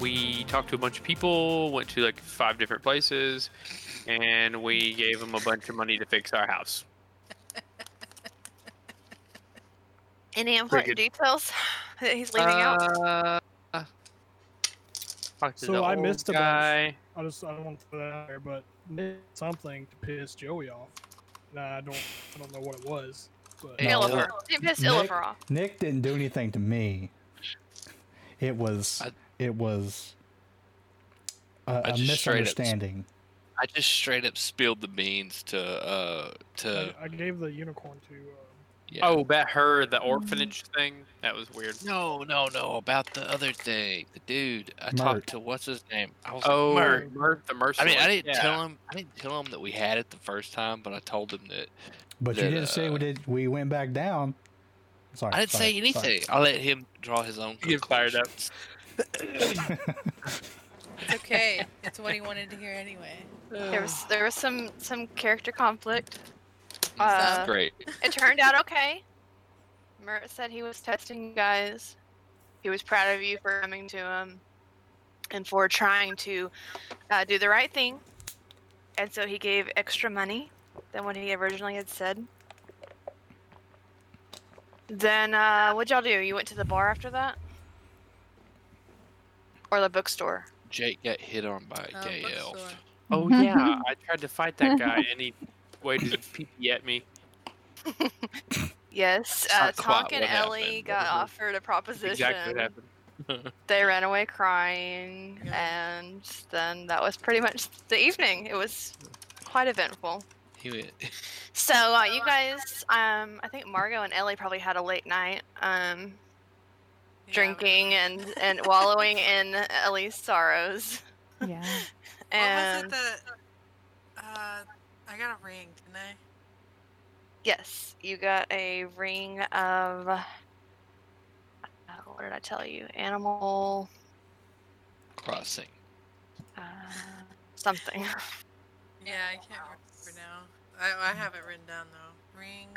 we talked to a bunch of people, went to like five different places, and we gave them a bunch of money to fix our house. Any important Cricket. details that he's leaving out? Uh, talked to So the I old missed a bunch. guy. I just I don't want to throw that out there, but Nick did something to piss Joey off. Nah, I don't I don't know what it was. But No, Illiver. Nick- He pissed Nick- Illiver off. Nick didn't do anything to me. It was I- it was a, I a just straight up- misunderstanding. I just straight up spilled the beans to uh to I, I gave the unicorn to um, yeah. Oh, about her, Mm-hmm. the orphanage thing. That was weird. no no no about the other day the dude I Mert. talked to what's his name I was Oh, like, Mert, Mert. the mercy. I mean I didn't tell him I didn't tell him that we had it the first time but I told him that But you that, didn't say uh, we did we went back down. Sorry. I didn't sorry, say anything I let him draw his own You get fired up. conclusions. sorry. It's okay. It's what he wanted to hear anyway. There was there was some some character conflict. That's Uh, great It turned out okay. Mert said he was testing you guys. He was proud of you for coming to him and for trying to uh, do the right thing. And so he gave extra money than what he originally had said. Then uh, what'd y'all do? You went to the bar after that, or the bookstore? Jake got hit on by a Um, gay elf bookstore. Oh yeah, I tried to fight that guy, and he waited to pee at me. Yes. It's Uh, not quite Tonk and what happened, Ellie but got it was offered a proposition. Exactly what happened. they ran away crying and then that was pretty much the evening it was quite eventful he went so uh, you guys um i think margot and ellie probably had a late night um Yeah, drinking and and wallowing in ellie's sorrows What Yeah. was and it that? Uh, I got a ring, didn't I? yes you got a ring of uh, what did i tell you animal crossing uh, something Yeah, I can't remember now. I, I have it written down though. Ring.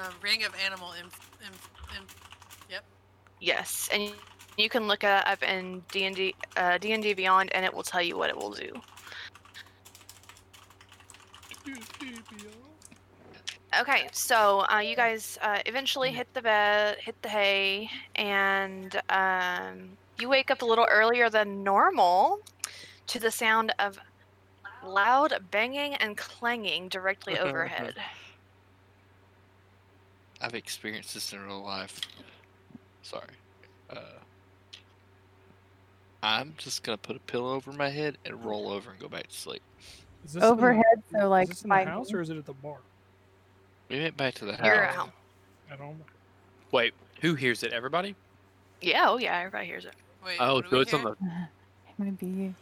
Uh, ring of animal inf- inf- inf- Yes, and you- you can look it up in D and D, uh, D and D Beyond, and it will tell you what it will do. Okay, so uh, you guys uh, eventually hit the bed, hit the hay, and um, you wake up a little earlier than normal to the sound of loud banging and clanging directly overhead. I've experienced this in real life. Sorry. Uh, I'm just gonna put a pillow over my head and roll over and go back to sleep. is this in the- Overhead, so, is like, this in by the house hand? or is it at the bar? We went back to the house. You're at home. I don't know. Wait, who hears it? Everybody? Yeah, oh yeah, everybody hears it. Wait, Oh, what do so we it's on hear? the. I'm gonna be you.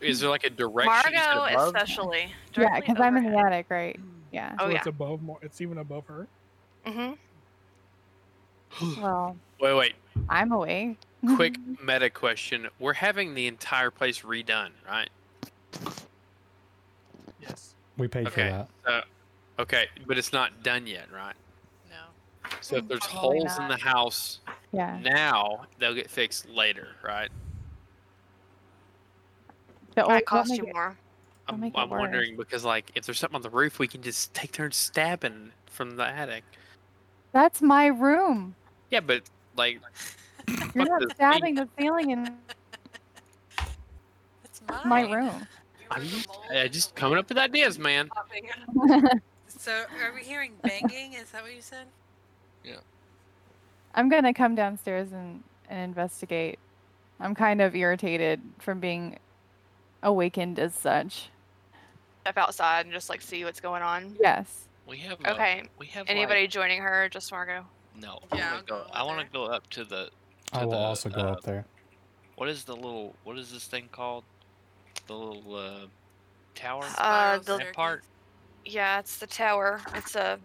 Is there like a direction? instead Margo, of above? especially. Yeah, directly because I'm in the overhead. attic, right? Yeah. Oh so yeah. it's above more it's even above her. Mm-hmm. Well, Wait, wait. I'm away. Quick meta question: We're having the entire place redone, right? Yes. we paid Okay. for that. Okay, but it's not done yet, right? No. So if there's Mm, Probably holes in the house Yeah. now, they'll get fixed later, right? The Oh, old, Might cost you more. I'll I'm, make it I'm worse. wondering because like if there's something on the roof, we can just take turns stabbing from the attic. That's my room. Yeah, but like You're Fuck not this thing. stabbing the ceiling in It's my mine. room. I'm just, I just coming up with ideas, man. So, are we hearing banging? Is that what you said? I'm gonna come downstairs and, and investigate. I'm kind of irritated from being awakened as such. Step outside and just like see what's going on. Yes. We have a- Okay. We have like- Anybody joining her? Just Margo. no. Yeah, I'll I wanna go. go I over want to there. go up to the. I to will the, also go uh, up there. What is the little? What is this thing called? The little uh, tower. Uh, Spiral the- that part. staircase? Yeah, it's the tower. It's a.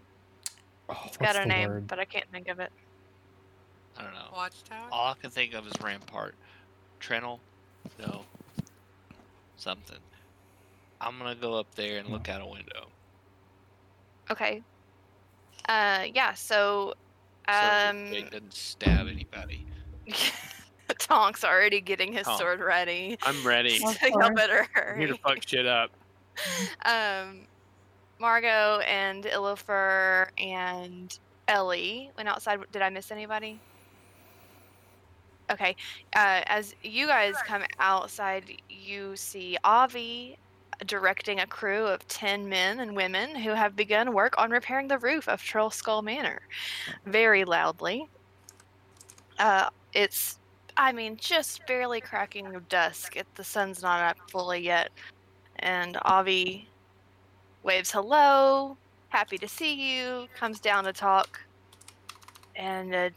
Oh, It's what's got a the name, word? but I can't think of it. I don't know. Watchtower. All I can think of is Rampart. Trenel? No. Something. I'm gonna go up there Hmm. and look out a window. Okay. Uh, yeah. So, Um, Jake doesn't stab anybody. Tonk's already getting his Tonk. sword ready. I'm ready. Of Y'all course. better I'm here to hurry. fuck shit up. Um, Margot and Illifer and Ellie went outside. Did I miss anybody? Okay. Uh, as you guys come outside, you see Avi directing a crew of 10 men and women who have begun work on repairing the roof of Troll Skull Manor very loudly. Uh, it's, I mean, just barely cracking dusk. It, the sun's not up fully yet. And Avi waves hello, happy to see you, comes down to talk, and uh,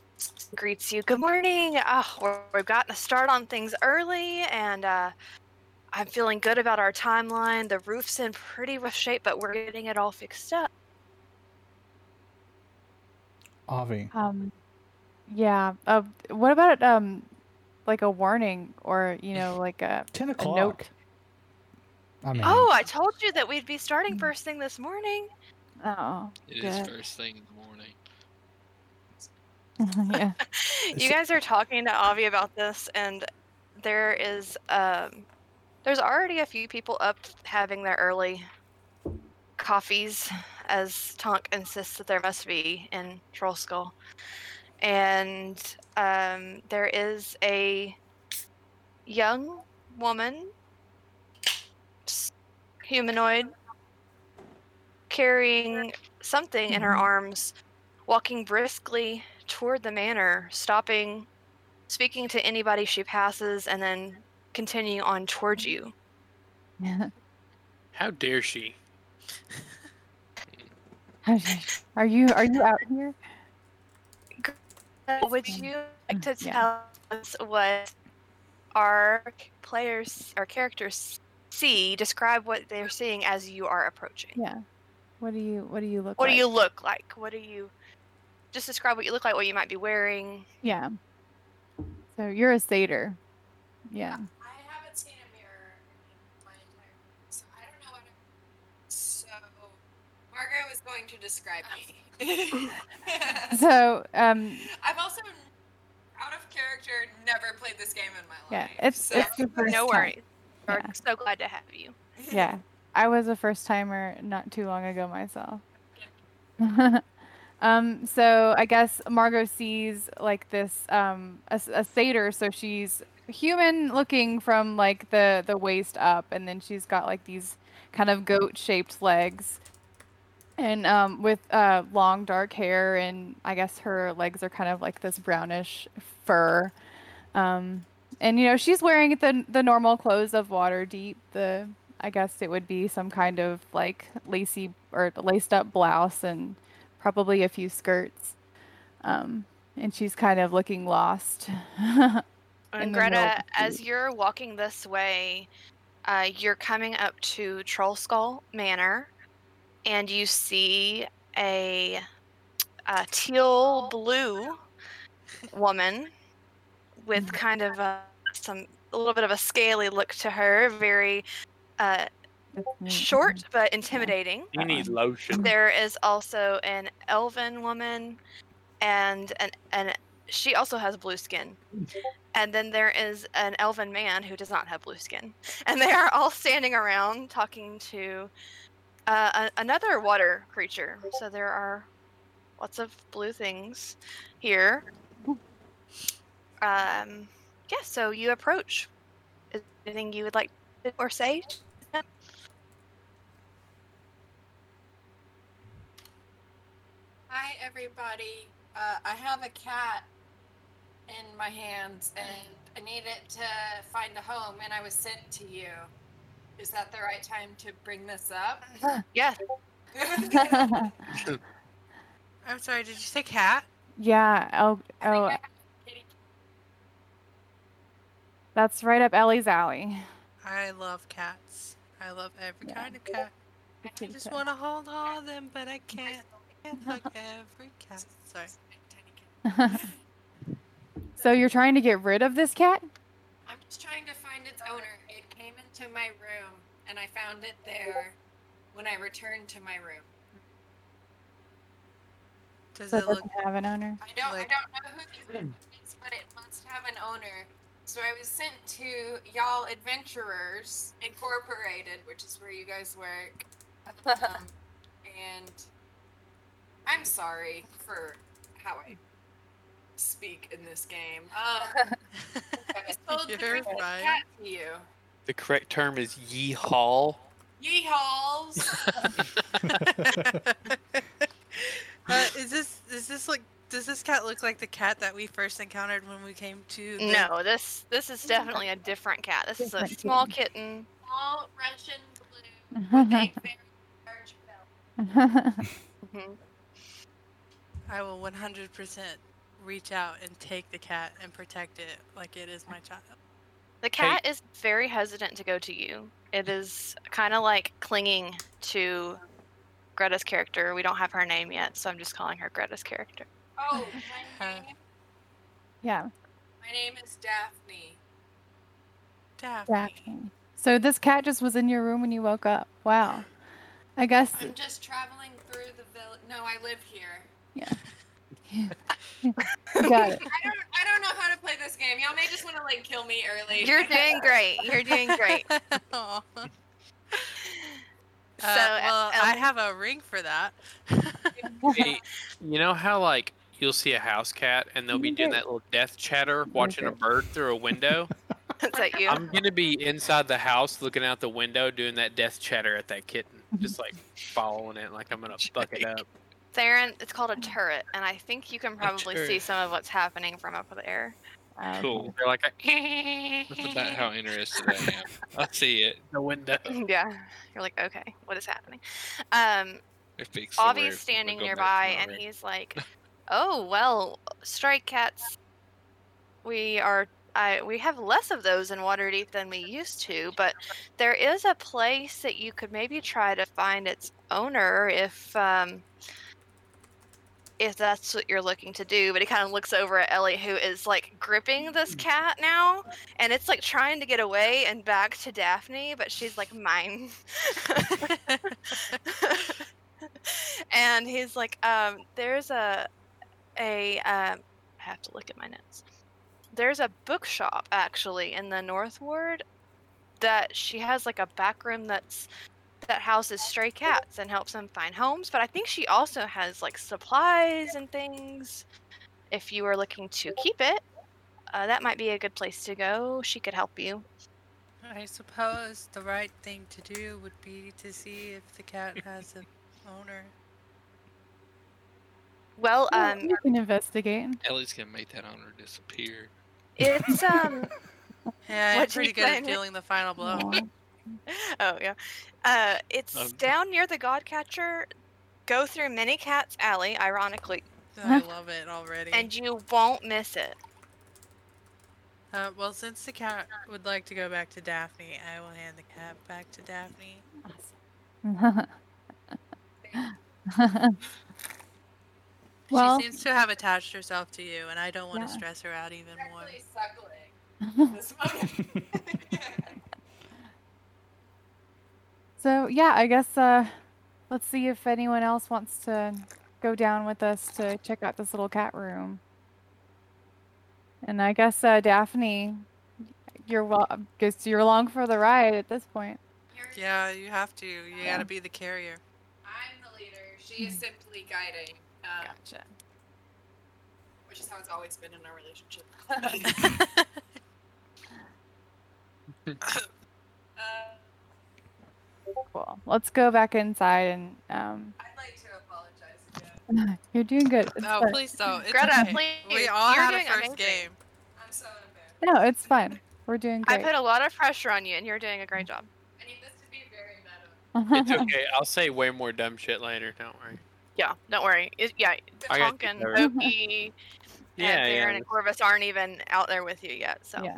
greets you. Good morning. Oh, we're, we've gotten a start on things early, and uh, I'm feeling good about our timeline. The roof's in pretty rough shape, but we're getting it all fixed up. uh, Avi, Um, yeah. Uh, what about um, like a warning or you know like a, ten a o'clock. note? I mean, Oh, I told you that we'd be starting first thing this morning. Oh, It is Good. first thing in the morning. yeah. you guys are talking to Avi about this, and there is um, there's already a few people up having their early coffees, as Tonk insists that there must be in Troll Skull, and um, there is a young woman, s- humanoid, carrying something in her Mhm. arms, walking briskly toward the manor, stopping, speaking to anybody she passes, and then continuing on towards you. How dare she? are you are you out here? Would Mm. you like to Mm, yeah. tell us what our players, our characters see? Describe what they're seeing as you are approaching. Yeah. What do you what do you look What do like? you look like? What do you? Just describe what you look like, what you might be wearing. Yeah. So you're a satyr. Yeah. I haven't seen a mirror in my entire life, so I don't know what. I'm... So, Margot is going to describe me. So um I've also, out of character, never played this game in my yeah, life. it's so. it's the first no time. worries. We're Yeah. so glad to have you. Yeah. I was a first timer not too long ago myself. um so I guess Margot sees like this um a, s- a satyr so she's human looking from like the the waist up and then she's got like these kind of goat shaped legs and um, with uh, long dark hair and i guess her legs are kind of like this brownish fur um, and you know she's wearing the, the normal clothes of water deep the i guess it would be some kind of like lacy or laced up blouse and probably a few skirts um, and she's kind of looking lost And in the middle of Greta, the as street. you're walking this way, uh, you're coming up to Troll Skull Manor, and you see a, a teal blue woman with Mhm. kind of a, some a little bit of a scaly look to her, very uh, That's me. short but intimidating. You need lotion. There is also an elven woman, and an and she also has blue skin. And then there is an elven man who does not have blue skin, and they are all standing around talking to uh, a, another water creature. So there are lots of blue things here. Um, yeah. So you approach. Is there anything you would like to or say? Hi, everybody. Uh, I have a cat in my hands, and I need it to find a home, and I was sent to you. Is that the right time to bring this up? Yeah. I'm sorry, did you say cat? yeah oh, oh that's right up ellie's alley I love cats. I love every Yeah. kind of cat. I just want to hold all of them, but I can't. I can't hug every cat. Sorry. so you're trying to get rid of this cat? I'm just trying to find its owner. It came into my room, and I found it there when I returned to my room. Does So it it look doesn't have an owner. I don't, Like- I don't know who the owner is, but it must have an owner. So I was sent to Y'all Adventurers Incorporated, which is where you guys work. Um, and I'm sorry for how I speak in this game. Um, I was told to You're bring the fine. cat to you. The correct term is yeehaw. Yee hauls. uh, is this is this like does this cat look like the cat that we first encountered when we came to the, No, this this is definitely a Mm-hmm. different cat. This is a Different small kitten. All Russian blue. with a very large belly. Mm-hmm. I will 100% reach out and take the cat and protect it like it is my child. The cat is very hesitant to go to you. It is kind of like clinging to Greta's character. We don't have her name yet, so I'm just calling her Greta's character. Oh, my Huh. name, yeah, my name is Daphne. Daphne. Daphne. So this cat just was in your room when you woke up. Wow. I guess. I'm just traveling through the village. No, I live here. Got it. I don't. I don't know how to play this game. Y'all may just want to like kill me early. You're doing great. You're doing great. Aw. Uh, So, well, um, I have a ring for that. Hey, you know how like you'll see a house cat and they'll be doing that little death chatter, watching a bird through a window. Is that you? I'm gonna be inside the house, looking out the window, doing that death chatter at that kitten, just like following it, like I'm gonna fuck it up. Theron, it's called a turret, and I think you can probably see turret. some of what's happening from up there. Uh, Cool. They're like That's about how interested I am. I see it. the window. yeah. You're like, okay, what is happening? Um, It makes the roof. Obby's We'll standing go back to nearby my and room. he's like, "Oh well, strike cats. We are. I we have less of those in Waterdeep than we used to, but there is a place that you could maybe try to find its owner if um if that's what you're looking to do." But he kind of looks over at Ellie, who is like gripping this Mm. cat now, and it's like trying to get away and back to Daphne, but she's like mine. and he's like, um, there's a a um, I have to look at my notes. There's a bookshop actually in the North Ward that she has like a back room that's that houses stray cats and helps them find homes. But I think she also has like supplies and things. If you are looking to keep it, uh, that might be a good place to go. She could help you. I suppose the right thing to do would be to see if the cat has an owner. Well, yeah, um, you can investigate. Ellie's gonna make that honor disappear. it's um. Yeah, I'm What'd you pretty good say, at Nick? dealing the final blow. Aw. oh yeah. Uh, it's Um, down near the Godcatcher. Go through Mini Cat's Alley, ironically, I love it already. and you won't miss it. Uh, well, since the cat would like to go back to Daphne, I will hand the cat back to Daphne. well, she seems to have attached herself to you, and I don't want Yeah. to stress her out even more. Actually, suckling. This one. so yeah, I guess uh, let's see if anyone else wants to go down with us to check out this little cat room. And I guess uh, Daphne, you're well, guess you're along for the ride at this point. You're- Yeah, you have to. You Yeah. gotta be the carrier. I'm the leader. She is simply guiding, um, Gotcha. which is how it's always been in our relationship. Um, uh, Cool. Let's go back inside and um, I'd like to apologize again. you're doing good. It's no, fun. Oh, please don't. It's Greta, okay. please. We all You're had a doing first amazing. game. I'm so embarrassed. No, it's fine. We're doing I great. put a lot of pressure on you, and you're doing a great job. I need this to be very meta. It's okay. I'll say way more dumb shit later. Don't worry. Yeah, don't worry. It, yeah, I got you Tonkin, covered. Oki, and Yeah, Theron, yeah. and Corvus aren't even out there with you yet. So, Yeah.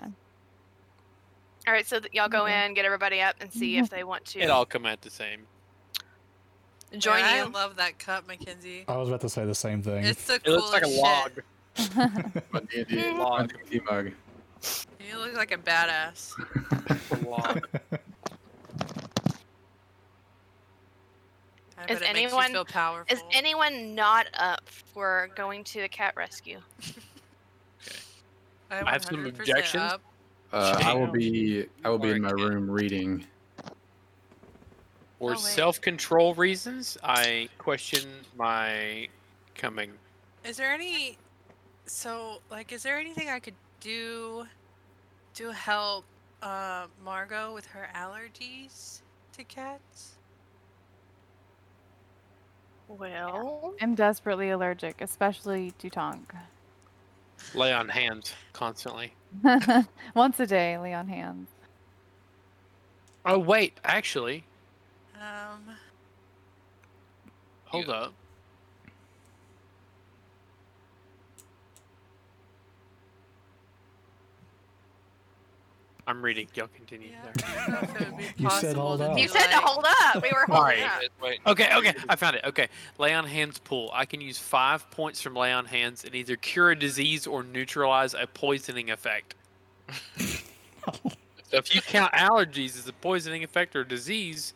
all right, so th- y'all go Yeah. in, get everybody up, and see if they want It to all come out the same. join Yeah, I you. love that cup, Mackenzie. I was about to say the same thing. It's the coolest It looks like a shit. log. My D&D, Mm-hmm. my Log. D&D mug. You look like a badass. A log. I Is bet it makes you anyone- feel powerful? Is anyone not up for going to a cat rescue? I'm I have some 100% objections. up. Uh, I will Damn. be I will be in my Mark it. room reading. For Oh, wait. self control reasons, I question my coming. Is there any so like is there anything I could do to help uh Margot with her allergies to cats? Well, I'm desperately allergic, especially to Tonk. Lay on hands constantly. Once a day, lay on hands. Oh, wait. Actually, Um hold Yeah. up. I'm reading. Y'all continue yeah, there. I don't know if it would be You said possible hold to up. do, you said to like- hold up. We were holding Sorry. up. Wait, Okay, okay, I found it. Okay, lay on hands pool. I can use five points from lay on hands and either cure a disease or neutralize a poisoning effect. so if you count allergies as a poisoning effect or disease,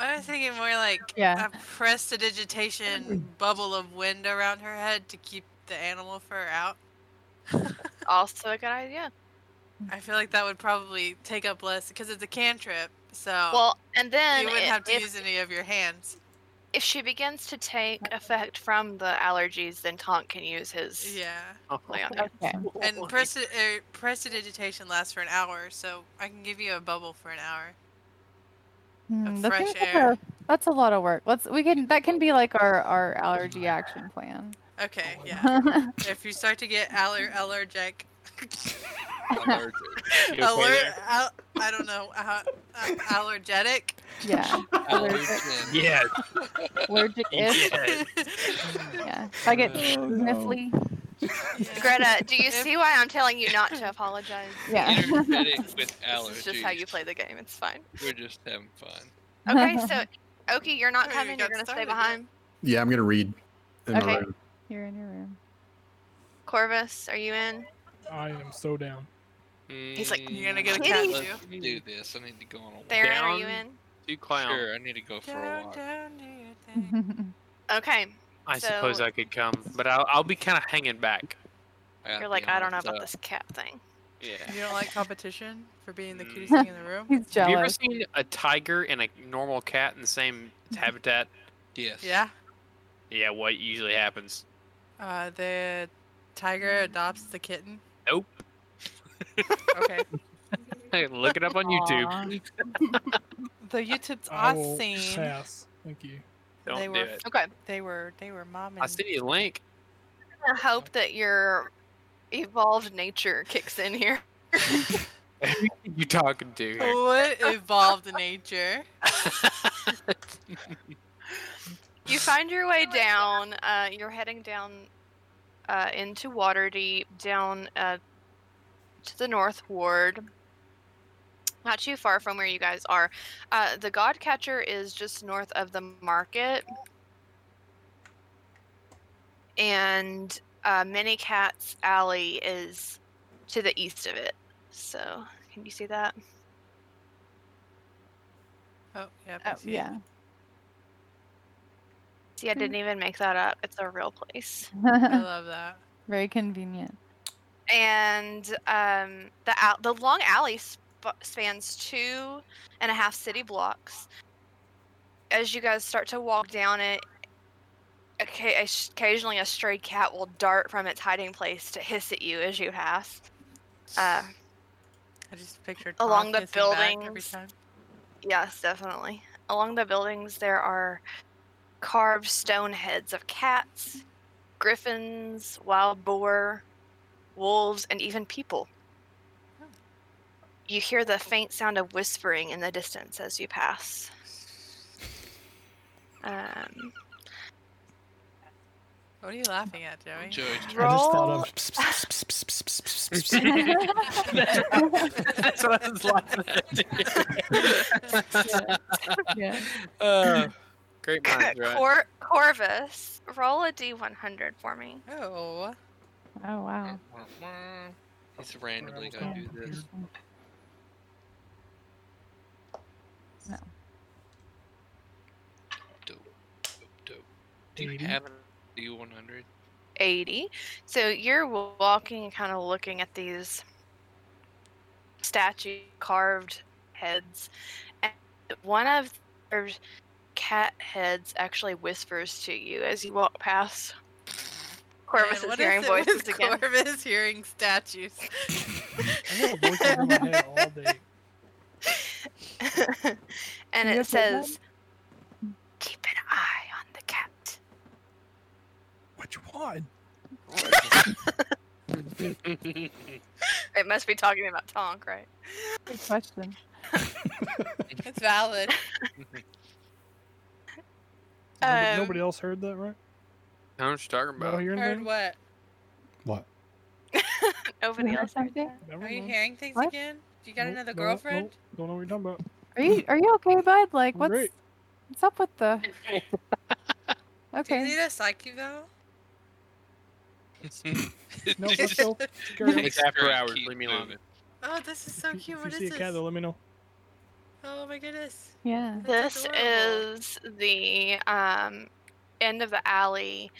I was thinking more like Yeah. a prestidigitation bubble of wind around her head to keep the animal fur out. Also a good idea. I feel like that would probably take up less because it's a cantrip, so Well, and then Oh, you wouldn't if, have to if- use any of your hands. if she begins to take effect from the allergies, then Tonk can use his. Yeah. Lay on hands. Okay. And presi- er, prestidigitation lasts for an hour, so I can give you a bubble for an hour. Hmm, the fresh things that air. are- That's a lot of work. Let's we can that can be like our our allergy action plan. Okay, Oh, yeah. if you start to get aller- allergic, allergic. you okay alert, there? al- I don't know, uh, uh, allergetic. yeah, Allergen. yes, allergic ish. yes. Yeah, if I get Oh, sniffly. Yeah. Greta, do you If- see why I'm telling you not to apologize? Yeah. Energetic with allergies. This is just how you play the game. It's fine. We're just having fun. Okay, so Oki, you're not Oh, you coming. You're got gonna stay started, yeah. behind. Yeah, I'm gonna read in my Okay. room. You're in your room. Corvus, are you in? I am so down. He's like, "You're gonna get a cat too?" Let's do this. I need to go on a walk. Theron, are you Down. in? two clown. Sure, I need to go for a Down, walk. down, do your Mm-hmm. thing. Okay, I suppose So- I could come, but I'll, I'll be kind of hanging back. I got you're like the I don't know arms about up. this cat thing. Yeah. You don't like competition for being the Mm. cutest thing in the room? He's Have you ever jealous. seen a tiger and a normal cat in the same habitat? Yes. Yeah. Yeah, what usually happens? Uh, the tiger adopts the kitten. Nope. Okay. Look it up on YouTube. Aw. The YouTube's I I've will seen. pass. Thank you. Don't they do were it. Okay, They were they were mom I and sent you a link. I hope that your evolved nature kicks in here. you talking to here? what evolved nature. You find your way down. Uh, you're heading down uh, into Waterdeep, down uh, to the North Ward. Not too far from where you guys are. Uh, the Godcatcher is just north of the market. And uh, Mini Cat's Alley is to the east of it. So, can you see that? Oh yeah. Oh, yeah. See, I didn't even make that up. It's a real place. I love that. Very convenient. and um, the al- the long alley sp- spans two and a half city blocks. As you guys start to walk down it, occa- occasionally a stray cat will dart from its hiding place to hiss at you as you pass. Uh, I just pictured Along the Tonk kissing back every buildings. time. Yes, definitely. Along the buildings, there are carved stone heads of cats, griffins, wild boar, wolves, and even people. Hmm. You hear the faint sound of whispering in the distance as you pass. Um, What are you laughing at, Joey? Joey, I just thought Roll- of. Pss, pss, pss, pss, pss, pss, pss, pss, pss. That's what I was laughing at. Yeah. uh, great minds, right? Cor- Corvus, roll a d100 for me. Oh. Oh wow. He's randomly gonna do this. Do you Eighty. have an D one hundred? 80. So you're walking and kind of looking at these statue carved heads. And one of their cat heads actually whispers to you as you walk past. Corvus is Man, what hearing it with voices again. Corvus hearing statues. I know a voice in my head all day. and You it guys like that? says, Keep an eye on the cat. Which one? It must be talking about Tonk, right? Good question. It's valid. Nobody, Um, nobody else heard that, right? know what you're talking No, about. hearing Heard that? what? What? Nobody else. Never Are you mind. hearing things What? again? You got Mm-hmm. Nope, another no, girlfriend? nope, don't know what you're talking about. Are you are you okay, bud? Like I'm what's great. what's up with the Do you Okay. need a psyche though? No, let's go. Scary. It's after hours. Keep Leave me alone. moving. Oh, this is so If cute. you- if What you is see a this? cat, though, let me know. Oh my goodness. Yeah. That's This adorable. is the um, end of the alley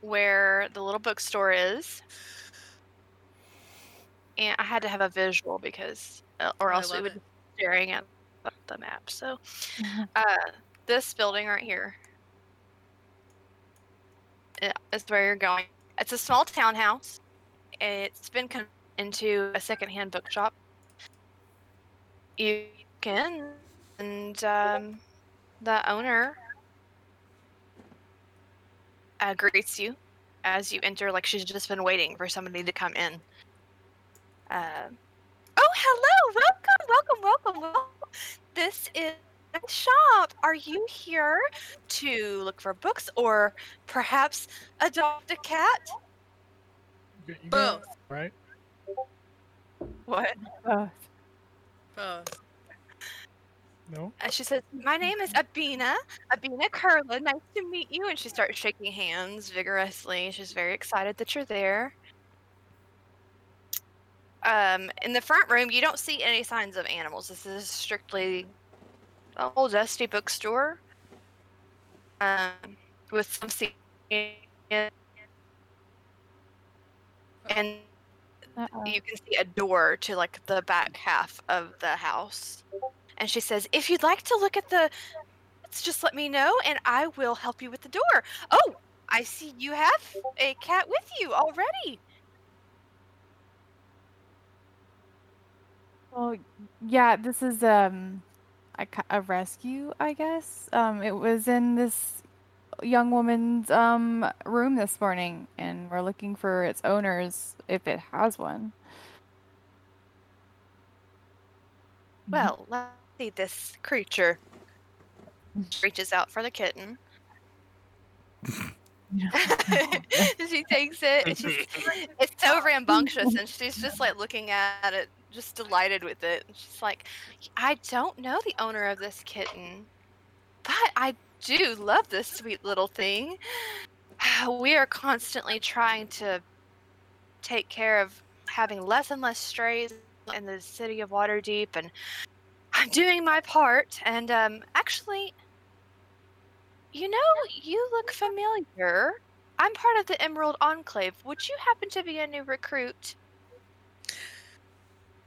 where the little bookstore is. And I had to have a visual because, uh, or Oh, I else we love would it. be staring at the map. So, uh, this building right here i- is where you're going. It's a small townhouse. It's been converted into a secondhand bookshop. You can, and um, the owner uh, greets you as you enter, like she's just been waiting for somebody to come in. Uh, oh, hello! Welcome, welcome, welcome, welcome. This is the shop. Are you here to look for books or perhaps adopt a cat? You got- you got Both. it, Right? What? Oh, Both. No? And she says, My name is Abina, Abina Curlin. Nice to meet you. And she starts shaking hands vigorously. She's very excited that you're there. Um, in the front room, you don't see any signs of animals. This is strictly an old dusty bookstore um, with some sea and uh-oh. you can see a door to like the back half of the house. And she says, "If you'd like to look at the, let's just let me know, and I will help you with the door." Oh, I see you have a cat with you already. Well, yeah, this is um a, ki- a rescue, I guess. Um, it was in this young woman's um room this morning, and we're looking for its owners if it has one. Mhm. Well, let's see this creature. Reaches out for the kitten. she takes it. and She's, it's so rambunctious, and she's just like looking at it, just delighted with it. And She's like, I don't know the owner of this kitten, but I do love this sweet little thing. We are constantly trying to take care of having less and less strays in the city of Waterdeep, and I'm doing my part. And um, actually, you know, you look familiar. I'm part of the Emerald Enclave. Would you happen to be a new recruit?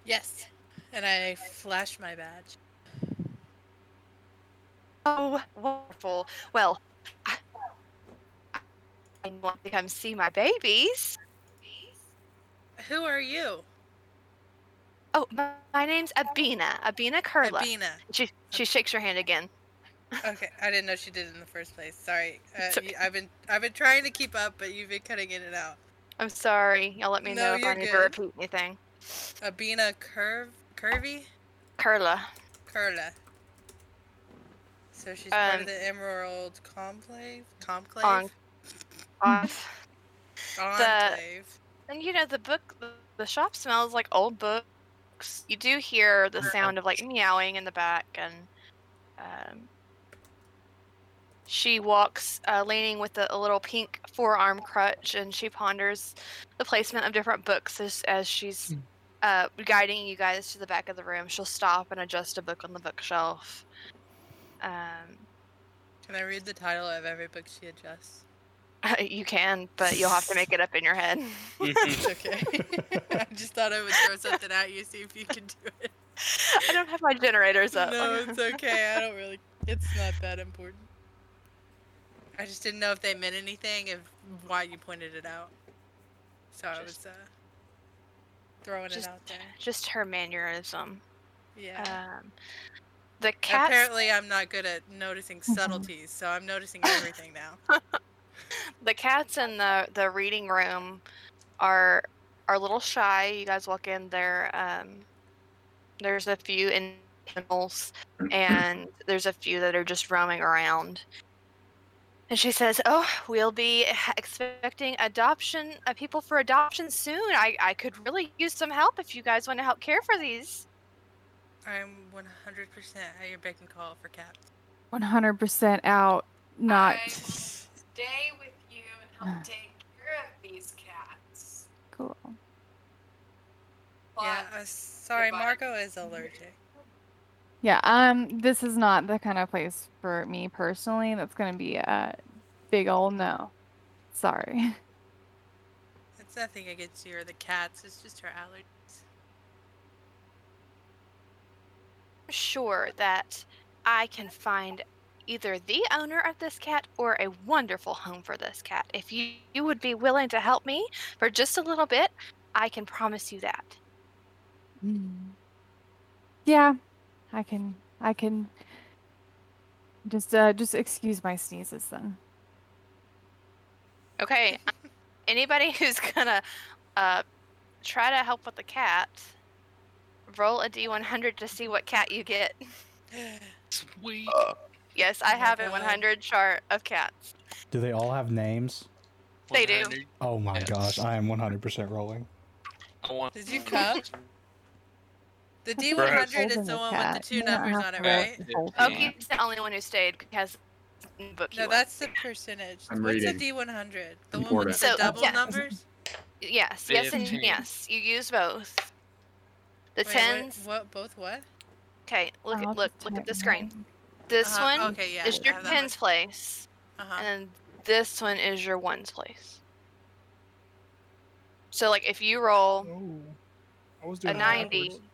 Yes. And I flash my badge. Oh, wonderful. Well, I, I want to come see my babies. Who are you? Oh, my, my name's Abina. Abina Curla. Abina. She she shakes your hand again. Okay, I didn't know she did it in the first place. Sorry. Uh, It's okay. y- I've been I've been trying to keep up, but you've been cutting in and out. I'm sorry. Y'all let me No, know if I you're need to good. repeat anything. Abina Curve Curvy Curla. Curla. So she's part Um, of the Emerald Conclave. Conclave. On, off. Conclave. And you know the book, the- the shop smells like old books. You do hear the Uh-huh. sound of like meowing in the back, and um, she walks uh, leaning with a, a little pink forearm crutch, and she ponders the placement of different books as, as she's Hmm. Mm. uh, guiding you guys to the back of the room. She'll stop and adjust a book on the bookshelf. Um, Can I read the title of every book she adjusts? you can, but you'll have to make it up in your head. It's okay. I just thought I would throw something at you, see if you could do it. I don't have my generators up. No, it's okay. I don't really. It's not that important. I just didn't know if they meant anything, if why you pointed it out. So I was Just- uh, throwing Just- it out there. Just her mannerism. Yeah. Um, the cat. Apparently, I'm not good at noticing subtleties, so I'm noticing everything now. the cats in the the reading room are are a little shy. You guys walk in there. Um, there's a few in animals, and there's a few that are just roaming around. And she says, "Oh, we'll be h- expecting adoption uh, people for adoption soon. I I could really use some help if you guys want to help care for these." I'm 100% at your beck and call for cats. 100% out. Not I will stay with you and help take care of these cats. cool. Yeah, But uh, sorry, goodbye. Marco is allergic. Yeah, um, this is not the kind of place for me personally. That's gonna be a big old no. Sorry. It's nothing against you or the cats, it's just her allergies. sure that I can find either the owner of this cat or a wonderful home for this cat. If you, you would be willing to help me for just a little bit, I can promise you that. Hmm. Yeah, I can. I can. Just, uh, just excuse my sneezes then. Okay. Anybody who's gonna uh, try to help with the cat, roll a d100 to see what cat you get. Sweet. Uh, Yes, I Oh my have a God. 100 chart of cats. Do they all have names? they do. 100. Oh my Yes. gosh, I am 100% rolling. I want Did you come? The Perhaps D100 is the one with the two numbers on it, right? Yeah. Oki's the only one who stayed because book No, that's the percentage. I'm What's reading. the D100? The one Important. with the So, double yeah. numbers? Yes, yes, and 15. yes. You use both. The Wait, what- tens. What, both what? Okay, look, at look, look at the screen. This Uh-huh, one okay, yeah, is I your have that tens place, one. Uh-huh. and then this one is your ones place. So, like, if you roll Oh, I was a doing it ninety, backwards.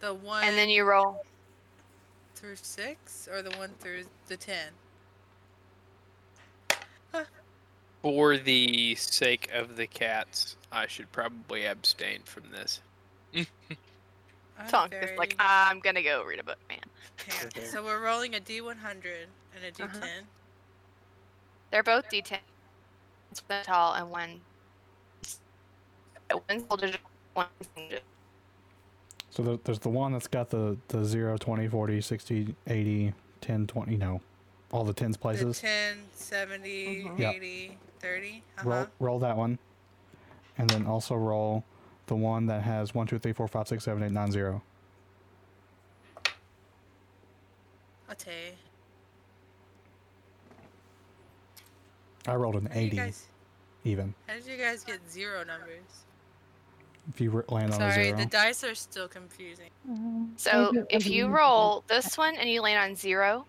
The one and then you roll, through six, or the one through the ten? For the sake of the cats, I should probably abstain from this. I'm Tonk is very- like, I'm gonna go read a book, man. Hang on. So we're rolling a D100 and a Uh-huh. D10. They're both D ten. It's one tall and one. One's full digit, one's single digit. So there- there's the one that's got the, the 0, 20, 40, 60, 80, 10, 20, you know, all the tens The places. 10, 70, Mhm. Yeah. 80, 30. Uh-huh. Roll, roll that one. And then also roll the one that has 1, 2, 3, 4, 5, 6, 7, 8, 9, 0. I'll tell you. I rolled an How do you 80 guys- even how did you guys get zero numbers? if you re- land on Sorry, a the 0. dice are still confusing. So, if you roll this one and you land on zero,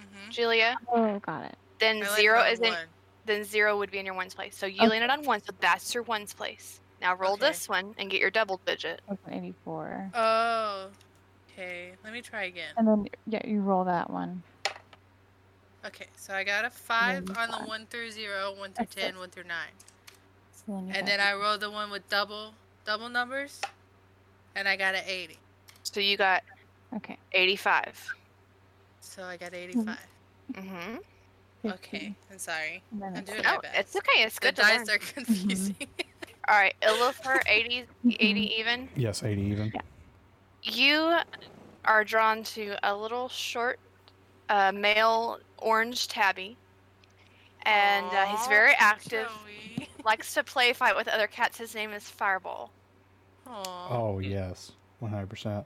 Mm-hmm. Julia, Oh, got it. then zero is in then zero would be in your ones place. So you Okay. landed on one, so that's your ones place. Now roll Okay. this one and get your double digit. That's an 84. Oh, okay. Let me try again. And then yeah, you roll that one. Okay, so I got a five you on the got- one through zero, one through That's it. ten, one through nine, So then you and got then I rolled the one with double double numbers, and I got an eighty. So you got the- okay. 85. So I got eighty-five. Mm-hmm. 50. Okay, I'm sorry. And then I'm it's doing No, my best. it's okay. It's the good to learn. dice are Mm-hmm. confusing. All right, Illifer, 80, 80 Mhm. even. Yes, 80 even. You are drawn to a little short uh, male orange tabby, and uh, he's Aw, very active. Joey. Likes to play fight with other cats. His name is Fireball. Aw. Oh, yes. 100%.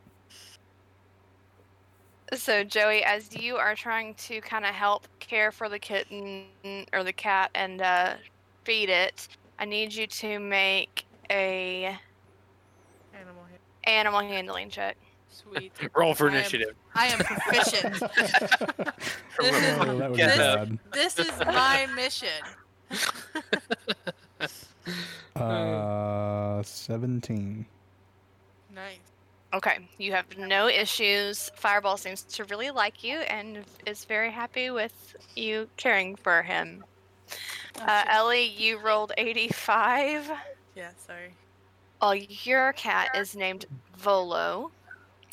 So Joey, as you are trying to kind of help care for the kitten or the cat and uh, feed it, I need you to make a Animal hit. animal handling check. Sweet. Roll for I am- initiative. I am proficient. This is- Oh, that would Get be up. bad. this is my mission. Uh, 17. Nice. Okay, you have no issues. Fireball seems to really like you and is very happy with you caring for him. Uh, Ellie, you rolled 85. Yeah, sorry. Oh, your cat is named Volo.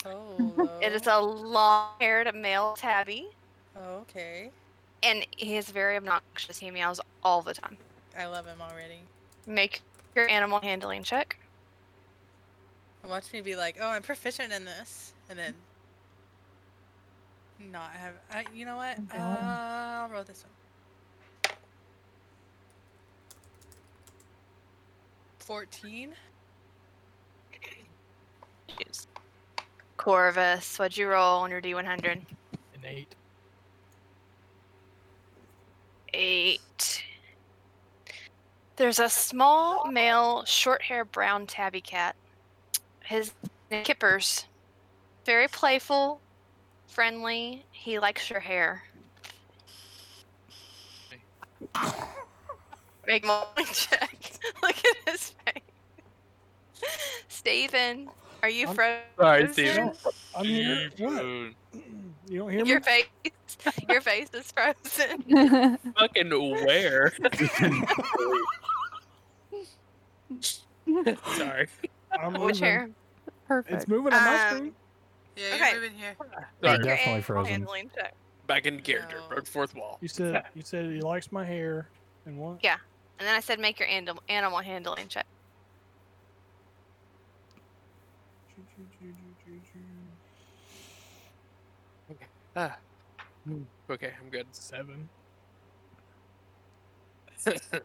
Oh. It is a long haired male tabby, Oh, Okay. and he is very obnoxious. He meows all the time. I love him already. Make your animal handling check. Watch me be like, oh, I'm proficient in this, and then not have. I, you know what? Uh, I'll roll this one. Fourteen. Corvus, what'd you roll on your D100? An eight. eight. There's a small male, short hair, brown tabby cat. His name is Kippers. Very playful, friendly. He likes your hair. Make my check. Look at his face. Steven, are you I'm- frozen? Sorry, Steven. I'm here. Dude, What? dude. You don't hear me? Your face, your face is frozen. Fucking where? Sorry. I'm Which moving. hair? Perfect. It's moving on my Um, screen. Yeah, Okay. you're moving here. Sorry. You're definitely frozen. handling check. Back in character. No. Broke fourth wall. You said you said he likes my hair and what? Yeah. And then I said, make your animal animal handling check. Ah. Okay, I'm good. Seven.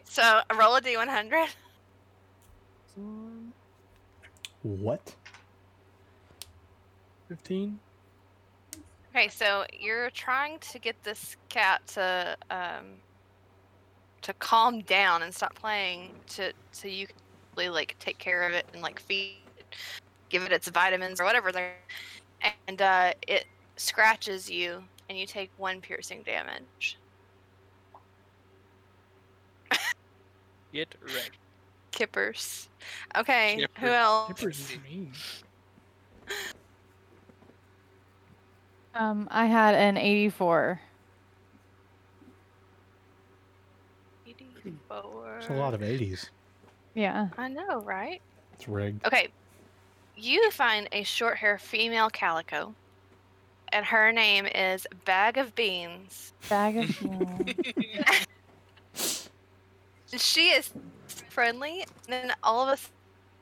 So roll a d100. What? Fifteen. Okay, so you're trying to get this cat to um to calm down and stop playing, to so you can really like take care of it and like feed, it, give it its vitamins or whatever. There, and uh, it scratches you, and you take one piercing damage. Get wrecked. Kippers. Okay, who Kippers. else? Kippers is mean. um, I had an 84. It's a lot of 80s. Yeah. I know, right? It's rigged. Okay. You find a short hair female calico, and her name is Bag of Beans. Bag of fuel. She is friendly, and then all of a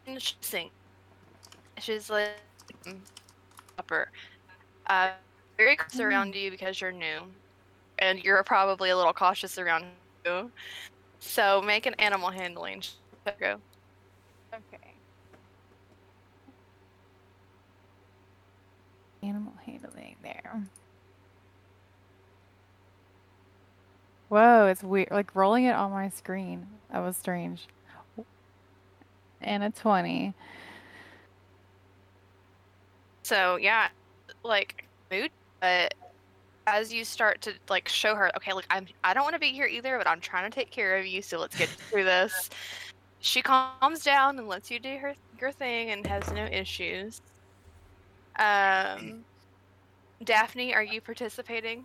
sudden she sings. She's like, mm, upper. Uh, very close around you because you're new, and you're probably a little cautious around you. So make an animal handling. check. Go. Okay. Animal handling there. Whoa, it's weird. Like rolling it on my screen. That was strange. And a 20. So yeah, like mood, but as you start to like show her, okay, look, I'm I don't want to be here either, but I'm trying to take care of you, so let's get through this. She calms down and lets you do her your thing and has no issues. Um, Daphne, are you participating?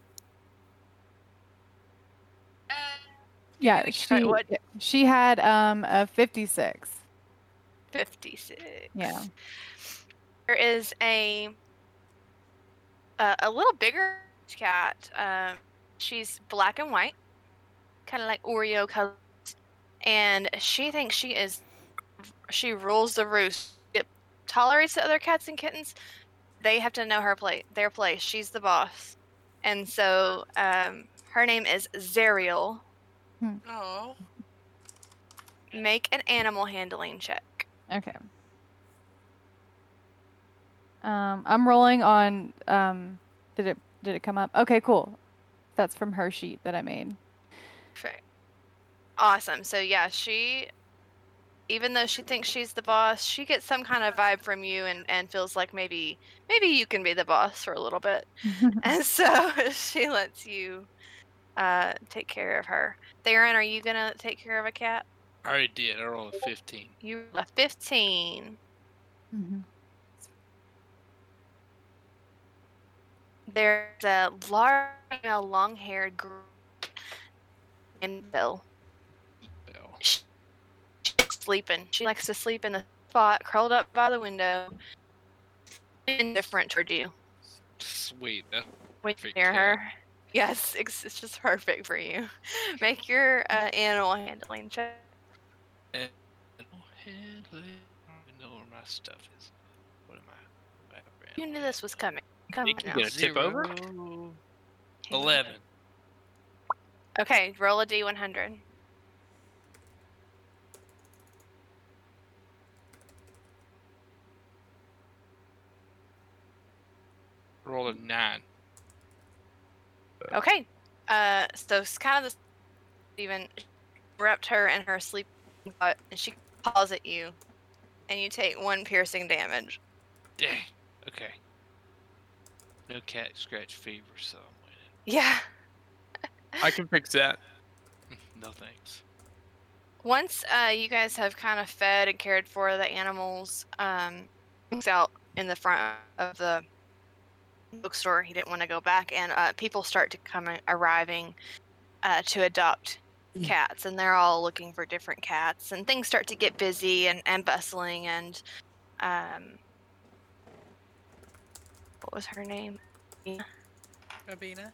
Yeah, Like, she, what- she had um a 56. Fifty-six. Yeah. There is a uh, a little bigger cat. Um, she's black and white, kind of like Oreo colors, and she thinks she is she rules the roost. It tolerates the other cats and kittens. They have to know her place, their place. She's the boss, and so um, her name is Zerial. Oh. Make an animal handling check. Okay. Um, I'm rolling on. Um, did it did it come up? Okay, cool. That's from her sheet that I made. Perfect. Awesome. So yeah, she even though she thinks she's the boss, she gets some kind of vibe from you and, and feels like maybe maybe you can be the boss for a little bit. and so she lets you uh, take care of her. Theron, are you gonna take care of a cat? I already did. I rolled a 15. You rolled a fifteen. Mhm. There's a large, long haired girl in Bill. Bell. sleeping. She likes to sleep in the spot, curled up by the window, indifferent toward you Sweet. That's when you Perfect near cat. her. Yes, it's, it's just perfect for you. Make your uh, animal handling check. Animal handling. I don't even know where my stuff is. What am I? what I have for You animal knew this was coming. Come handling? on Think now. you're gonna tip over? Hang on. Eleven. Okay, roll a d100. Roll a nine. Okay. Uh, so it's kind of the even wrapped her in her sleep spot, and she paws at you, and you take one piercing damage. Dang. Okay. No cat scratch fever, so I'm Yeah. I can fix that. winning. no thanks. Once uh, you guys have kind of fed and cared for the animals, um, Hank's out in the front of the bookstore. He didn't want to go back, and uh, people start to come a- arriving uh, to adopt cats, and they're all looking for different cats, and things start to get busy and, and bustling. And um, what was her name? Rabina.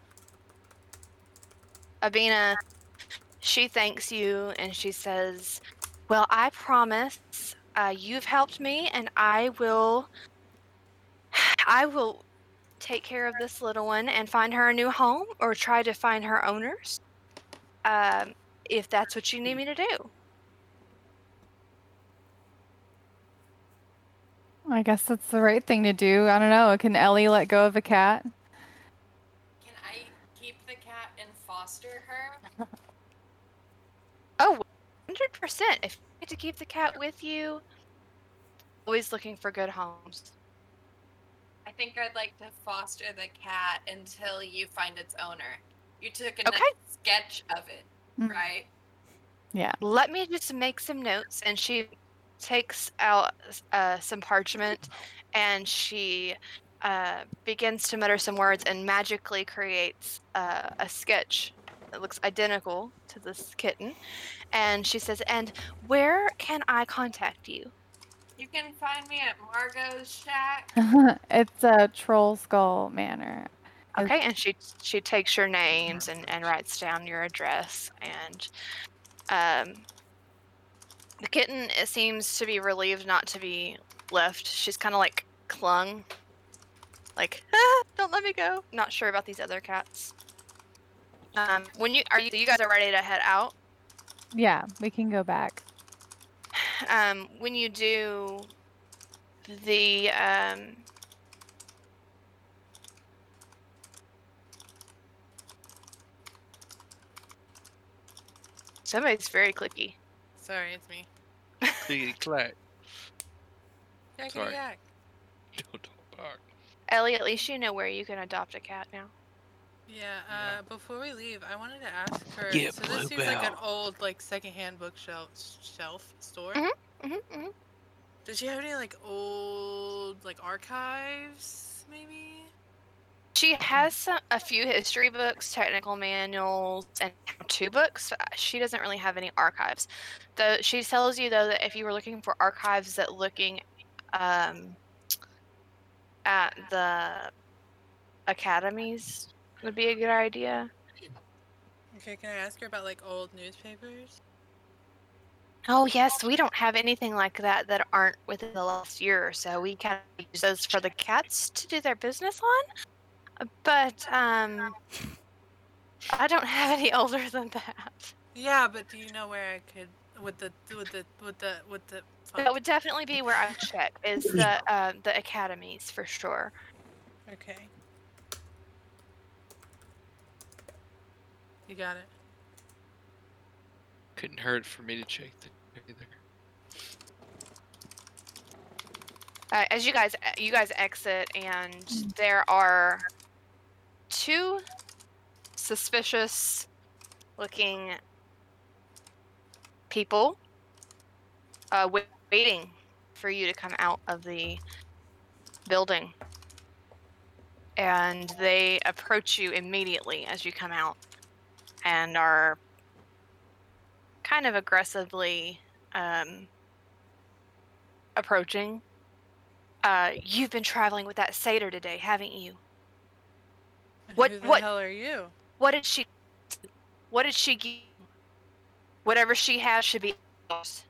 Abina, she thanks you and she says, Well, I promise uh, you've helped me and I will. I will take care of this little one and find her a new home or try to find her owners um, if that's what you need me to do. I guess that's the right thing to do. I don't know. Can Ellie let go of a cat? Can I keep the cat and foster her? 100%. Oh, If you get to keep the cat with you, always looking for good homes. I think I'd like to foster the cat until you find its owner. You took a Okay. nice sketch of it, Mm. right? Let me just make some notes. And she takes out uh, some parchment and she uh, begins to mutter some words and magically creates uh, a sketch that looks identical to this kitten. And she says, And where can I contact you? You can find me at Margot's shack. it's a troll skull manor. Okay. Okay, and she she takes your names and, and writes down your address and um the kitten it seems to be relieved not to be left. She's kinda like clung. Like, "Ah, don't let me go. Not sure about these other cats. Um when you are you, you guys are ready to head out. Yeah, we can go back. Um when you do the um Somebody's very clicky. Sorry, it's me. Clickety clack. Yakety Sorry. yak. Don't talk back. Ellie, at least you know where you can adopt a cat now. Yeah, uh, before we leave, I wanted to ask her. Yeah, so this seems like an Bluebell. old, like secondhand bookshelf shelf store. Mhm. hmm hmm Does she have any like old, like archives, maybe? She has some, a few history books, technical manuals, and two books. but She doesn't really have any archives. Though she tells you though that if you were looking for archives, that looking um, at the academies would be a good idea. Okay, can I ask her about like old newspapers? Oh yes, we don't have anything like that that aren't within the last year or so. We kind of use those for the cats to do their business on, uh, but um, I don't have any older than that. Yeah, but do you know where I could with the with the with the with the That would definitely be where I check is the uh, the academies for sure. Okay. You got it. Couldn't hurt for me to check the either. Uh, as you guys you guys exit, and there are two suspicious looking people uh, wait, waiting for you to come out of the building. And they approach you immediately as you come out and are kind of aggressively um, approaching. Uh, you've been traveling with that satyr today, haven't you? What- Who the what- hell are you? What did she? What did she give? Whatever she has should be ours.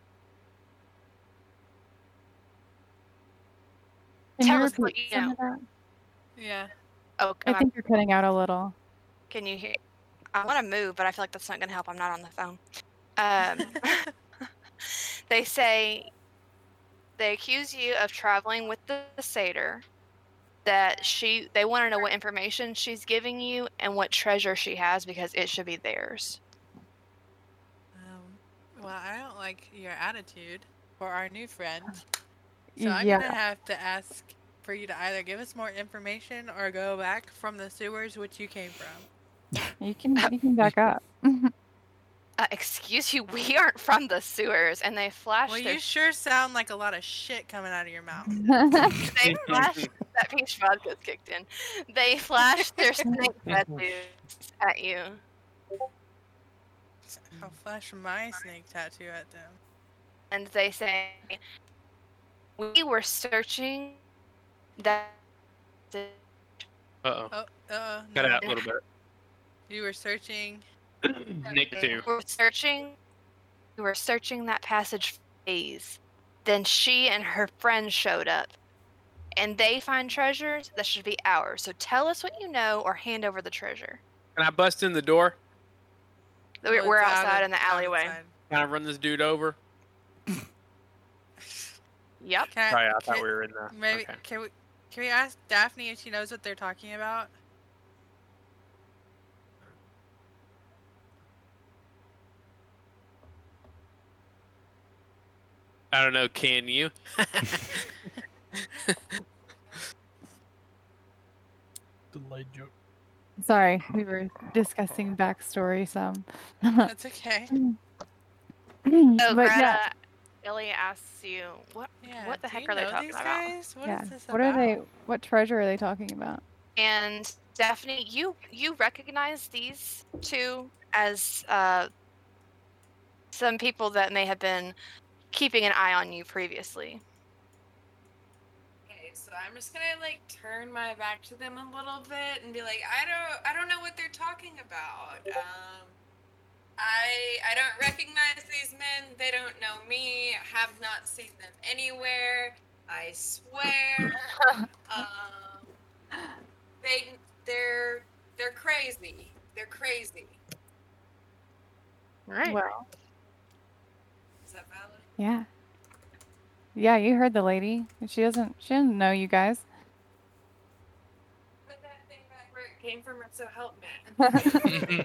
Can Tell you us what repeat you some know. of that? Yeah. Oh, I am I- think you're cutting out a little. can you hear? I want to move, but I feel like that's not going to help. I'm not on the phone. Um, they say they accuse you of traveling with the satyr. That she, they want to know what information she's giving you and what treasure she has because it should be theirs. Um, well, I don't like your attitude for our new friend. So Y- I'm yeah. gonna have to ask for you to either give us more information or go back from the sewers which you came from. You can you can back up. Uh, excuse you, we aren't from the sewers. And they flash Well, their you sure sound like a lot of shit coming out of your mouth. they flashed that peach vodka's kicked in. They flashed their snake tattoos at you. I'll flash my snake tattoo at them. and they say we were searching that the- Uh oh. Oh, uh, Cut no. out a little bit. You were searching. Nick too. we were searching we were searching that passage phase then she and her friend showed up and they find treasures that should be ours so tell us what you know or hand over the treasure Can I bust in the door? we're, Well, we're it's out outside of- in the out alleyway outside. Can I run this dude over? yep Can Sorry, I thought Uh, can- we were in the. Maybe okay. can we can we ask Daphne if she knows what they're talking about? I don't know. Can you? Delayed joke. Sorry, we were discussing backstory some. That's okay. so But Greta, yeah, Ellie asks you what Yeah. What the do heck you are they know talking these about? Guys? What is yeah. this What are about? they? What treasure are they talking about? And Daphne, you you recognize these two as uh, some people that may have been keeping an eye on you previously. Okay, so I'm just gonna like turn my back to them a little bit and be like, I don't, I don't know what they're talking about. Um, I, I don't recognize these men. They don't know me. Have not seen them anywhere. I swear. um, they, they're, they're crazy. They're crazy. Right. Well, Is that valid? yeah. Yeah, you heard the lady. She doesn't. She doesn't know you guys. Put that thing back where it came from, or so help me.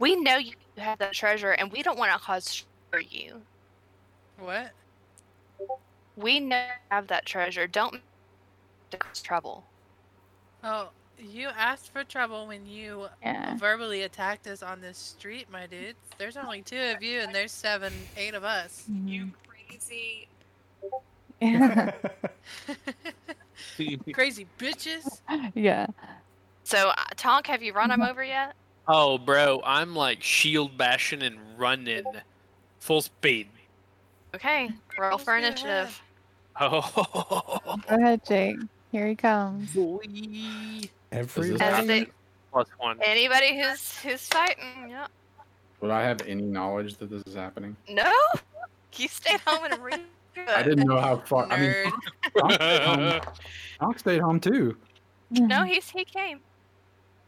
we know you have that treasure, and we don't want to cause trouble for you. What? We know you have that treasure. Don't cause trouble. Oh, you asked for trouble when you Yeah. verbally attacked us on this street, my dudes. There's only two of you, and there's seven, eight of us. Mm. You crazy. Crazy bitches. yeah. So, uh, Tonk, have you run Mm-hmm. him over yet? oh, bro, I'm like shield bashing and running, full speed. Okay, roll Full for speed ahead. initiative. Oh, Go ahead, Jake. Here he comes. boy. Every Does As they, Plus one. anybody who's who's fighting, yep. Would I have any knowledge that this is happening? No, you stayed home and read. through I it. didn't know how far. I mean, Nerd. Tonk stayed home, Tonk stayed home too. No, he's he came.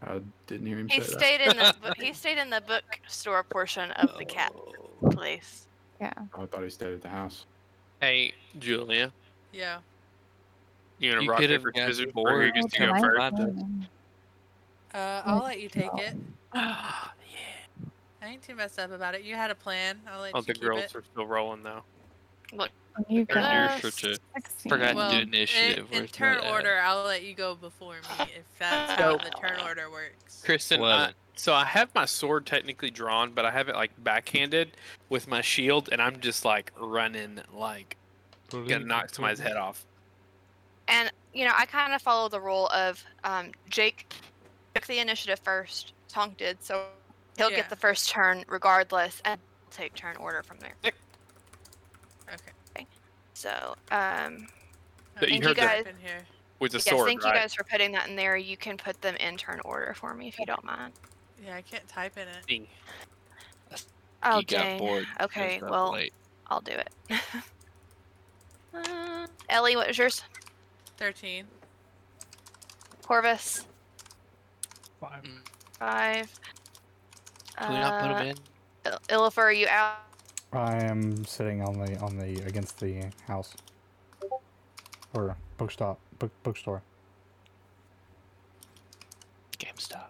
I didn't hear him He say that. stayed in the bo- he stayed in the bookstore portion of the cat Oh. place. I thought he stayed at the house. Hey, Julia, Yeah. you gonna You rock could have paper gotten scissors bored. for who gets to Oh, go my first? God. Uh, I'll let you take it. yeah. I ain't too messed up about it. You had a plan. I'll let Oh, you the keep girls it. are still rolling though. You Or you're got Yes. such a- 16. forgot well, to do in- initiative. in, where's my, turn uh, order, I'll let you go before me if that's how the turn order works. Kristen, I, Eleven. so I have my sword technically drawn, but I have it like backhanded with my shield, and I'm just like running, like gonna knock somebody's head off. And you know, I kind of follow the rule of um, Jake took the initiative first. Tonk did, so he'll Yeah. get the first turn regardless, and we'll take turn order from there. Okay. So, um, But you Alright, heard I'll that- jump in here. With the yes, sword, thank right? you guys for putting that in there. You can put them in turn order for me if you don't mind. Yeah, I can't type in it. Ding. Oh, he got dang. bored. It Okay, was up well- late. I'll do it. uh, Ellie, what was yours? Thirteen. Corvus. Five. Five. Can we not put Uh, him in? Il- Illifer, are you out? I am sitting on the on the against the house or bookstop book bookstore. GameStop.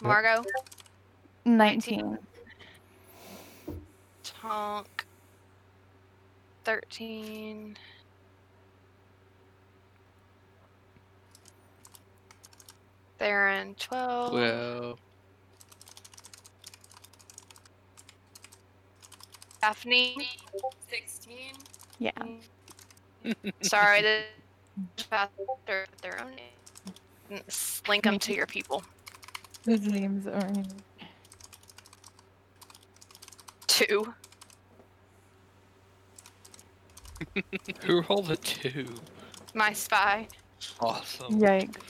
Margot? 19. Tonk. 13. Theron, 12. Well, Daphne. 16. Yeah. Sorry, the faster their own name. S- Link them to your people. His name's are Two. who rolled a two? My spy. Awesome. Yikes.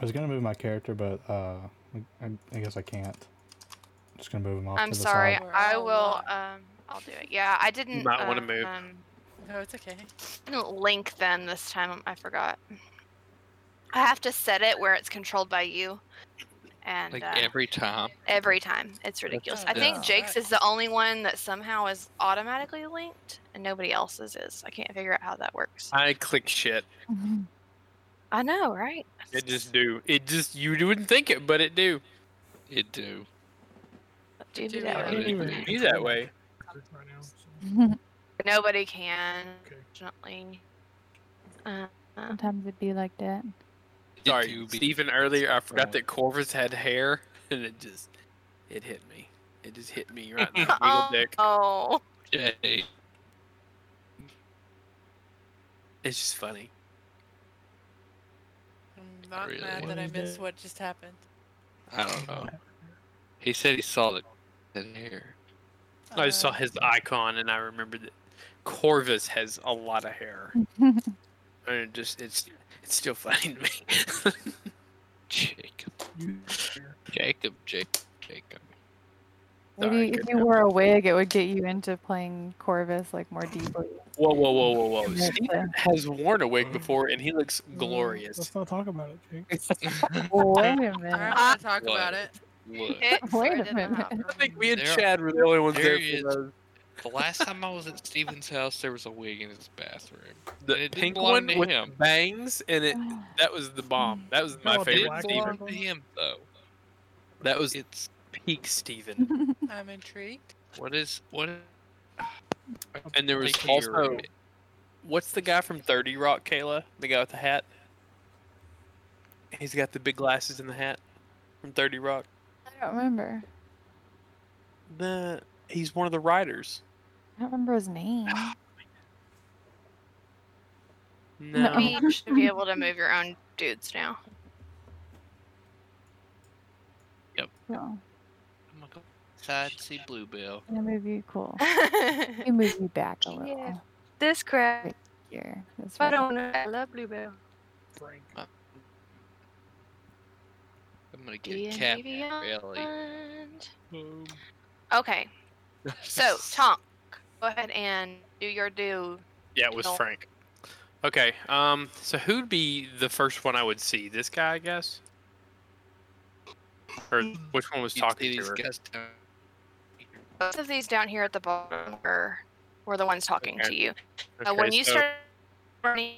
I was gonna move my character, but uh, I, I- I guess I can't. just gonna move him off. I'm to the sorry. Side. We're I all will. locked. Um, I'll do it. Yeah, I didn't. might wanna uh, move. Um, No, it's okay. didn't link them this time. I forgot. I have to set it where it's controlled by you, and Like uh, every, every time. time it's ridiculous. I not think bad. Jake's is the only one that somehow is automatically linked, and nobody else's is. I can't figure out how that works. I click shit. I know, right? It just do. It just you wouldn't think it, but it do. It do. Do you do do that that. way? It even- do. Be that way. Right now, so, Nobody can, okay. unfortunately. Uh, Sometimes it'd be like that. It Sorry, do be- even earlier I forgot Right. that Corvus had hair, and it just it hit me. It just hit me right in the middle dick. oh, Jay. It's just funny. I'm not really mad that wanted I missed it. what just happened. I don't know. He said he saw it in here. I just saw Uh, his icon, and I remembered that Corvus has a lot of hair. and it just it's it's still funny to me. Jacob. You- Jacob. Jacob. Jacob. Sorry, Maybe if good you wore a wig, it would get you into playing Corvus like more deeply. whoa, whoa, whoa, whoa, whoa! Compared Steve to- has worn a wig before, and he looks Mm, Uh, glorious. Let's not talk about it, Jake. Well, Wait a Uh, I don't minute. want to talk What? about it. Look. It's- Wait I a did not. minute. I think me and There- Chad were the only ones there there he is. for those. The last time I was at Steven's house, there was a wig in his bathroom. The And it didn't pink belong one to with him. bangs, and it that was the bomb. That was my Oh, the It favorite black didn't Steven. belong one? to him though. That was It's peak Steven. I'm intrigued. what is what? is- And there was Like, you're- also what's the guy from Thirty Rock, Kayla? The guy with the hat. He's got the big glasses and the hat from Thirty Rock. I don't remember. The he's one of the writers. I don't remember his name. No, No. You should be able to move your own dudes now. No. I'm gonna go outside and see Bluebell. That would be cool. You move you back a little this crap. here. This I way. don't know. Oh, I love Bluebell. Frank. I'm gonna get Cap Ellie. Okay, so Tonk, go ahead and do your do. yeah, it was No. Frank. Okay, um, so who'd be the first one I would see? This guy, I guess. Or which one was You talking see to these her? guys down- Both of these down here at the bottom are were the ones talking Okay. to you. Uh, Okay, when you so, start running,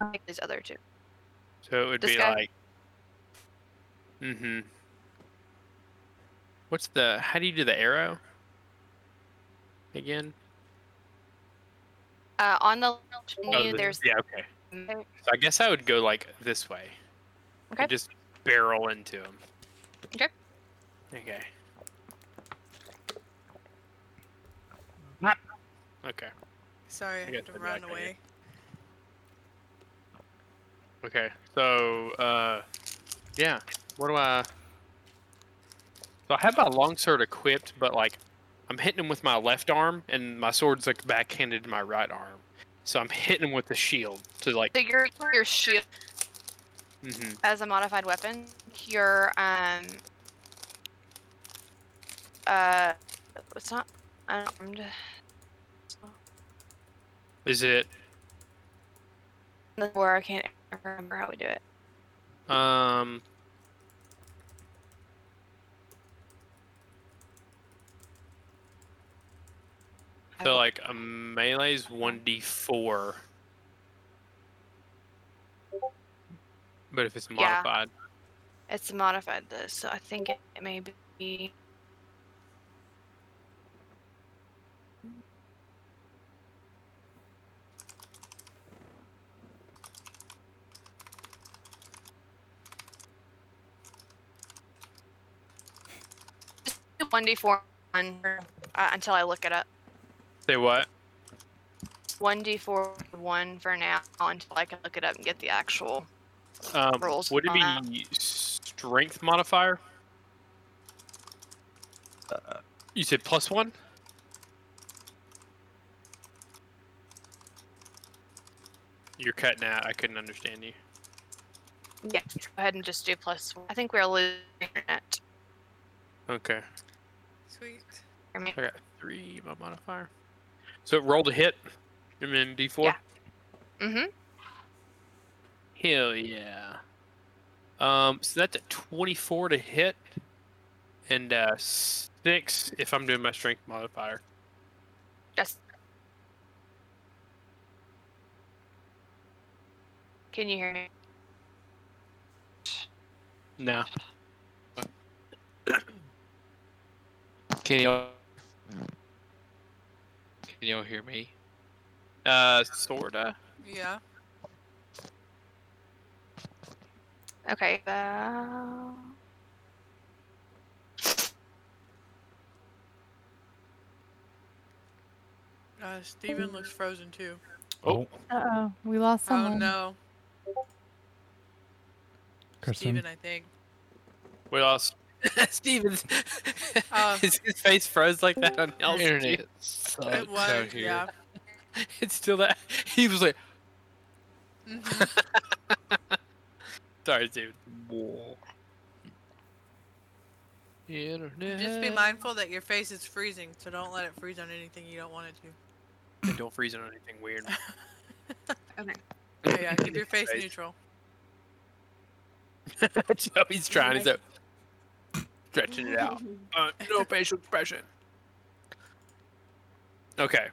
like these other two. so it would this be guy? like, mm-hmm. What's the? How do you do the arrow? Again? Uh, on the left Oh, menu, the- there's yeah. Okay. So I guess I would go like this way. and Okay. Just barrel into him. Okay. Okay. Okay. Sorry, I, got had to the run back, I away. Okay. So, uh, yeah. What do I? So I have my longsword equipped, but like, I'm hitting him with my left arm, and my sword's like backhanded to my right arm. So I'm hitting him with the shield to like. so your your shield hmm as a modified weapon. Your um uh, it's not unarmed. Is it? Where I can't remember how we do it. Um. So like a melee's one d four. But if it's Yeah. modified, It's modified though, so I think it, it may be. One d four uh, until I look it up. say what? One d four one for now until I can look it up and get the actual. Um, Rolls would it on be strength modifier? You said plus one. You're cutting out. I couldn't understand you. Yeah, go ahead and just do plus. One. I think we're losing internet. Okay. Sweet. I mean, I got three my modifier. So it rolled a hit, and then D four. mm-hmm. Hell yeah. Um, so that's a twenty-four to hit, and uh, six if I'm doing my strength modifier. Yes. Can you hear me? No. Can you Can you all hear me? Uh, sorta. Yeah. Okay. Uh... Uh, Steven looks frozen too. Oh. Uh oh, we lost someone. Oh no. Kristen. Steven, I think. We lost. Steven's Oh. his, his face froze like that on Your Elsie. internet sucks It out was, here. yeah. It's still that. He was like, Mhm. "Sorry, dude." Internet. Just be mindful that your face is freezing, so don't let it freeze on anything you don't want it to. Don't freeze on anything weird. Oh, Yeah, yeah, keep your face Face. neutral. That's how he's trying. He's like, stretching it out. Uh, no facial expression. Okay.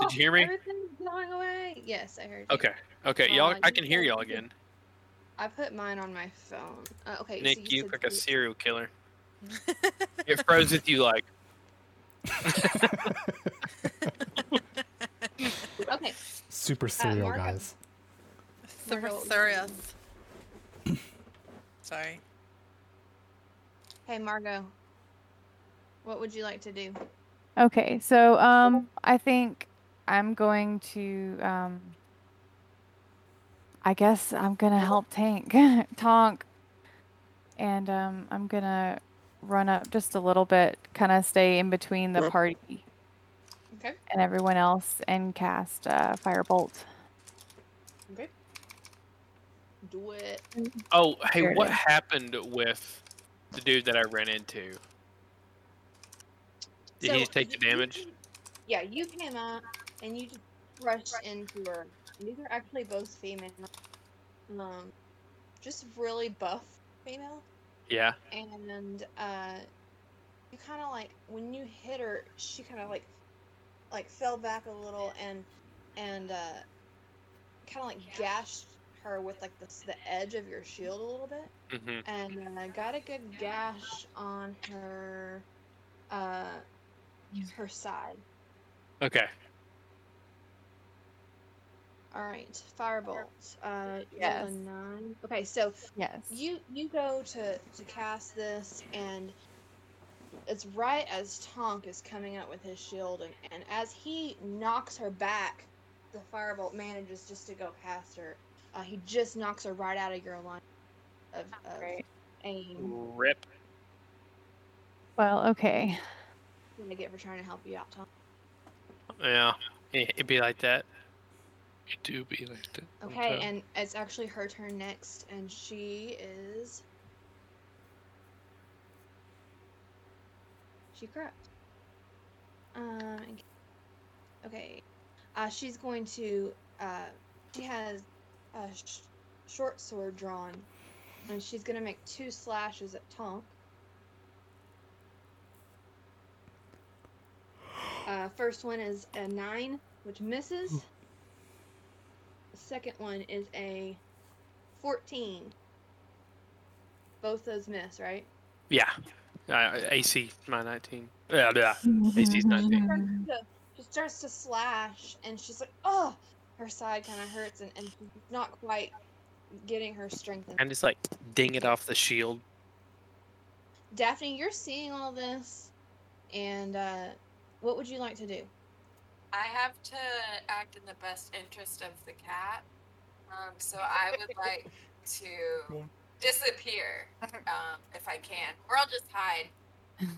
Did you hear me? Oh, Everything's going away. Yes, I heard. you. Okay. Uh, Okay. Y'all, I can hear y'all again. I put mine on my phone. Uh, okay. so Nick, you look said like a three- serial killer. It froze with you like, Okay. Super serial Marco. guys. Marco, Thurious. Sorry. Hey, Margot. What would you like to do? Okay, so um, I think I'm going to um, I guess I'm gonna help Tank Tonk, and um, I'm gonna run up just a little bit, kind of stay in between the party Okay. and everyone else, and cast uh, Firebolt. Okay. Do it. oh, hey, There it what is. happened with the dude that I ran into? Did he So, just take the you- you damage? came- yeah, you came up and you just rushed into her. And these are actually both female. Um, just really buff female. Yeah. and uh, you kind of like when you hit her, she kind of like like fell back a little and and uh, kind of like gashed her with like the, s- the edge of your shield a little bit, Mm-hmm. and uh, got a good gash on her her side. Okay. All right, firebolt. Uh, yes. Yes. nine. Okay, so Yes. you you go to to cast this, and it's right as Tonk is coming out with his shield, and, and as he knocks her back, the firebolt manages just to go past her. Uh, he just knocks her right out of your line of, of Right. aim. Rip. Well, okay. I'm gonna get for trying to help you out, Tonk. Yeah. It- It'd be like that. You do be like that. Okay, and it's actually her turn next, and she is. She corrupt. Um. and- Okay, uh, she's going to. Uh, she has a sh- short sword drawn, and she's gonna make two slashes at Tonk. Uh, first one is a nine, which misses. The second one is a 14. Both those miss, right? Yeah. Uh, AC my 19. Yeah, yeah. AC's 19. Mm-hmm. Starts to- She starts to slash, and she's like, oh, her side kind of hurts, and, and she's not quite getting her strength. in. And just like ding it off the shield. Daphne, you're seeing all this, and uh, what would you like to do? I have to act in the best interest of the cat. Um, so I would like to Cool. disappear um, if I can, or I'll just hide. Yeah,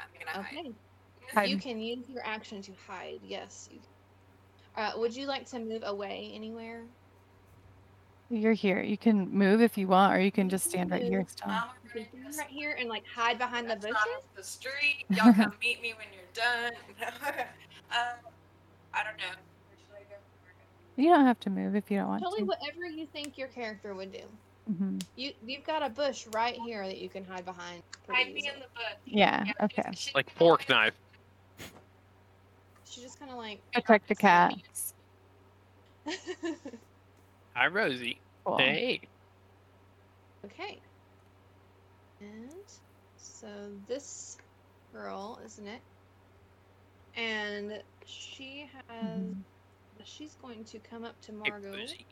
I'm gonna hide. Okay. Hide. You can use your action to hide. Yes. You uh, would you like to move away anywhere? You're here. You can move if you want, or you can just stand right here. It's I'm done. You can running stand this right here and like hide behind the That's bushes. not the street. Y'all come meet me when you're done. um, I don't know. Where should I go? You don't have to move if you don't want Totally, to. whatever you think your character would do. hmm You you've got a bush right here that you can hide behind. pretty Hide me in easily. the bush. Yeah. Yeah, Okay. she- Like fork knife. She just kind of like. Protect the cat. Hi, Rosie. Cool. Hey. okay. And so this girl is not it, and she has. Mhm. She's going to come up to Hey, Margot, Rosie.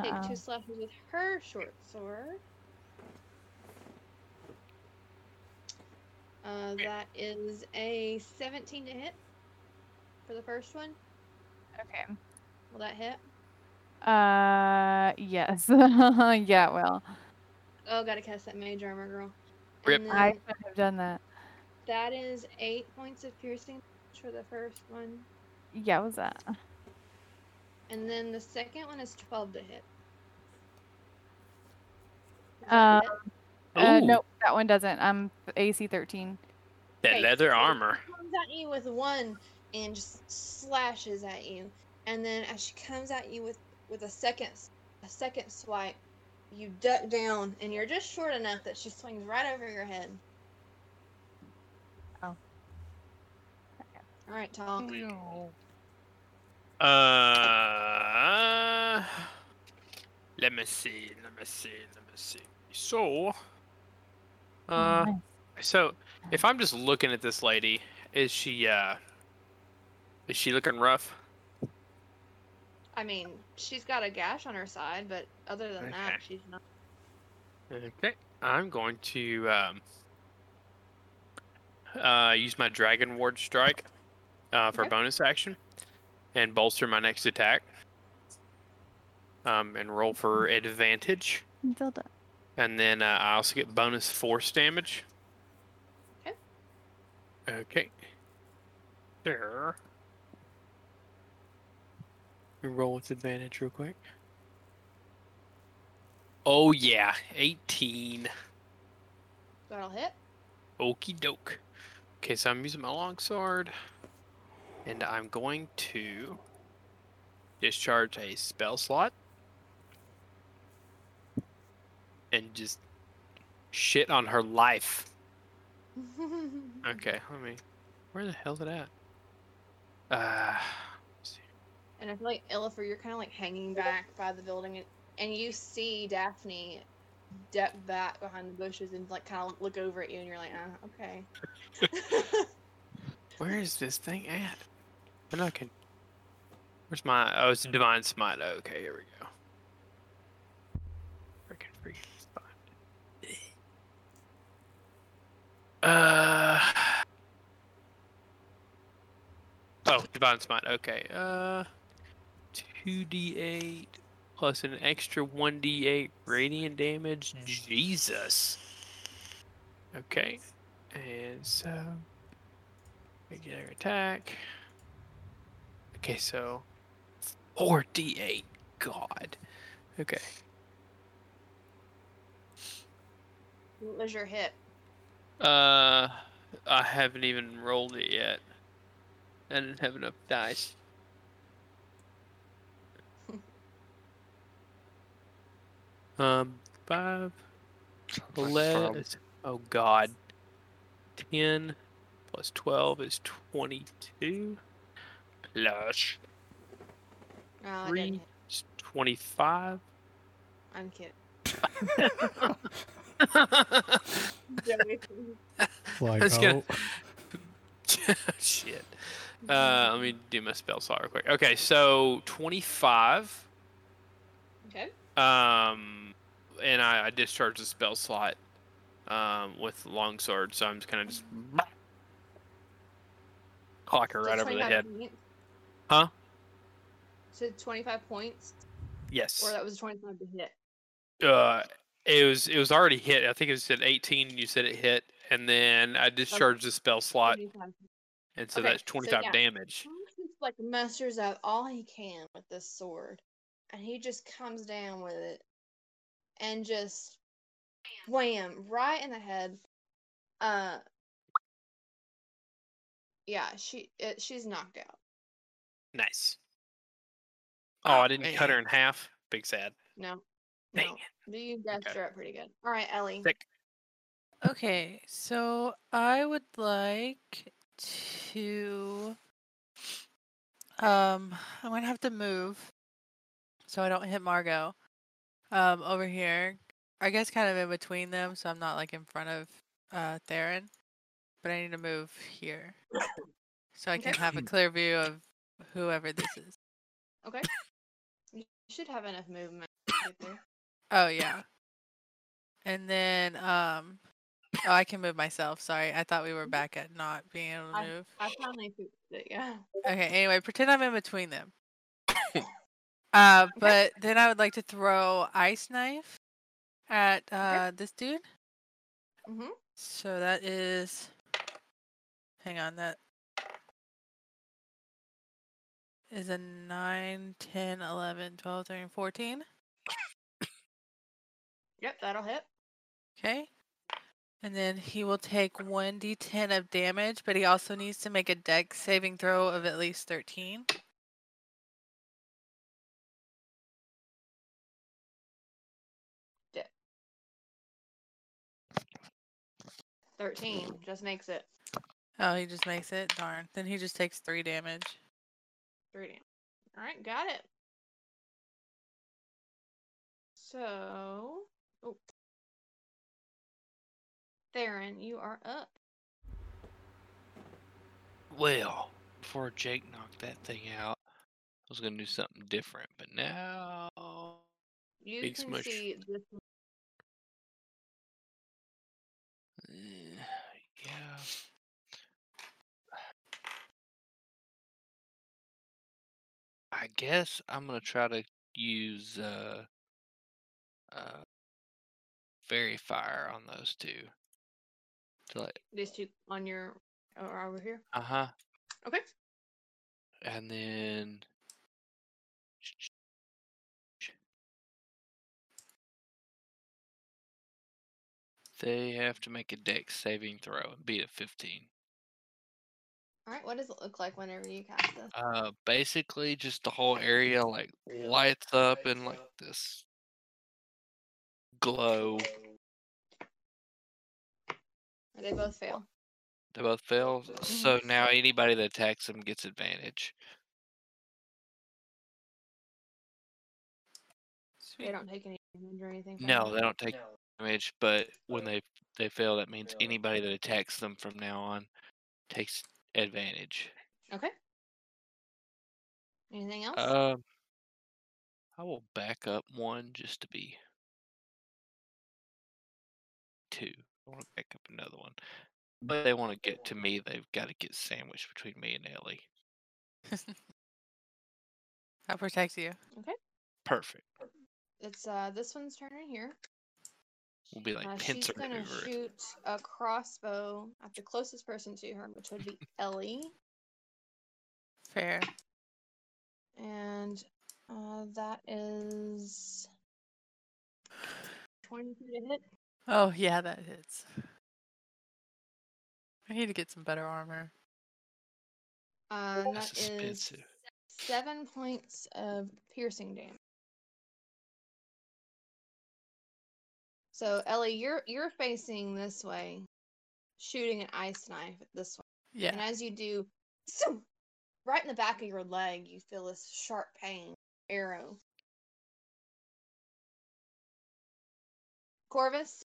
take Uh-oh. two slashes with her short sword. Uh, that is a 17 to hit for the first one. Okay. Will that hit? Uh, yes. yeah. Well, Oh, gotta cast that mage armor, girl. Rip. And I then should have done that. that is eight points of piercing for the first one, Yeah. What was that? and then the second one is twelve to hit. Is that Um, it? Uh, Ooh, no, that one doesn't. I'm AC 13. That Okay, leather so armor. She comes at you with one and just slashes at you, and then as she comes at you with with a second s- a second swipe, you duck down, and you're just short enough that she swings right over your head. Oh. All right, Tom. Uh, let me see. Let me see. Let me see. So, uh, Nice. so if I'm just looking at this lady, is she uh, is she looking rough? I mean, she's got a gash on her side, but other than that, Okay. she's not. Okay, I'm going to um, uh, use my dragon ward strike uh, for Okay. bonus action, and bolster my next attack. Um, and roll for advantage. Dildo. And then uh, I also get bonus force damage. Okay. Okay. There. We Roll with advantage real quick. Oh yeah, 18. That'll hit. Okie doke. Okay, so I'm using my longsword. And I'm going to discharge a spell slot. And just shit on her life. Okay, let me. Where the hell's it at? Uh, And I feel like Illifer, you're kind of like hanging back by the building, and, and you see Daphne step back behind the bushes and like kind of look over at you, and you're like, uh, okay. Where is this thing at? And I can. Where's my? Oh, it's a divine smite. Okay, here we go. Freaking freaking spot. Uh. Oh, divine smite. Okay. Uh, two d eight plus an extra one d eight radiant damage. Jesus. Okay, and so. Regular attack. Okay, so 4d8. God. Okay. What was your hit? Uh, I haven't even rolled it yet. I didn't have enough dice. um, 5, Like, 11. from- Oh, God. 10 plus 12 is 22. Plus Oh, I didn't 3 hit. is 25. I'm kidding. Like, It's oh, gonna- Shit. Uh, let me do my spell slot real quick. Okay, so 25. Okay. Um, and I, I discharge the spell slot um, with longsword, so I'm just kind of just clock her right So over the 25 head. points? Huh? So 25 points, or Yes. that was 25 to hit. Uh, it was it was already hit. I think it was at 18. You said it hit, and then I discharged the spell slot, 25. and so Okay, that's so 25 yeah. damage. Tonks just like musters up all he can with this sword, and he just comes down with it, and just wham right in the head. Uh, yeah, she it, she's knocked out. Nice. Oh, I didn't cut her man. in half. Big sad. No, no, Dang but you guys Okay. are up pretty good. All right, Ellie. Sick. Okay, so I would like to. Um, I'm gonna have to move, so I don't hit Margot. Um, over here, I guess kind of in between them, so I'm not like in front of uh Theron, but I need to move here, so I Okay. can have a clear view of whoever this is. Okay, you should have enough movement. to get there. Oh yeah. And then um oh I can move myself. Sorry. I thought we were back at not being able to Mm-hmm. I- move. I finally fixed it. Yeah. Okay, anyway, pretend I'm in between them. uh but then I would like to throw ice knife at uh this dude. Mhm. So that is hang on, that is a 9, 10, 11, 12, 13, 14. Yep, that'll hit. Okay. And then he will take 1d10 of damage, but he also needs to make a dex saving throw of at least 13. Thirteen just makes it Oh, he just makes it? Darn. Then he just takes 3 damage. three damage. All right, got it. So, oh. Theron, you are up. Well, before Jake knocked that thing out, I was gonna do something different, but now You Big can smush. see this. Eh, yeah. I guess I'm gonna try to use uh uh fairy fire on those two. To like These two on your oh, or over here. uh huh. Okay. And then they have to make a dex saving throw and beat a 15. All right. What does it look like whenever you cast this? Uh, basically, just the whole area like lights up in like this glow. They both fail. They both fail, so now anybody that attacks them gets advantage. They don't take any damage or anything. from No, it? they don't take damage, but when they they fail, that means anybody that attacks them from now on takes advantage. Okay. Anything else? Um, I will back up one just to be two. I want to back up another one, but they want to get to me. They've got to get sandwiched between me and Ellie. I'll protect you. Perfect. it's uh this one's turn right here. We'll be like Uh, she's pincer gonna maneuver. it. shoot a crossbow at the closest person to her, which would be Ellie. Fair. And uh, that is 22 to hit. Oh yeah, that hits. I need to get some better armor. Uh, and That's that is expensive. seven points of piercing damage. So Ellie, you're you're facing this way, shooting an ice knife this way. And Yeah. as you do, zoom, right in the back of your leg, you feel this sharp pain. Arrow. Corvus,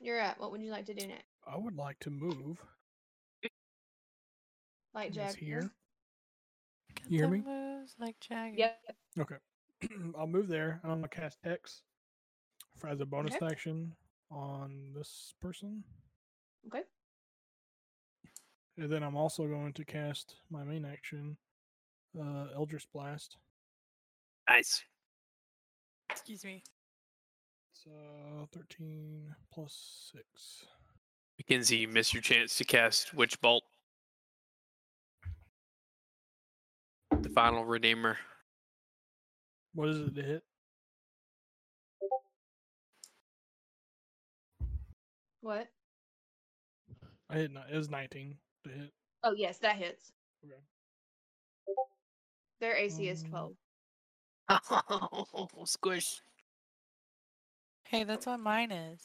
you're up. What would you like to do next? I would like to move. Like Is Jack here? does? Got you hear the me? Moves like Jagger. Okay. I'll move there and I'm gonna cast X for as a bonus Okay. action on this person. Okay. And then I'm also going to cast my main action, uh, Eldritch Blast. Nice. Excuse me. It's uh, 13 plus 6. Mackenzie, you missed your chance to cast Witch Bolt. The final Redeemer. What is it to hit? What? I hit ni- it was 19 to hit. Oh yes, that hits. Okay. Their AC is Um, 12. Squish. Hey, that's what mine is.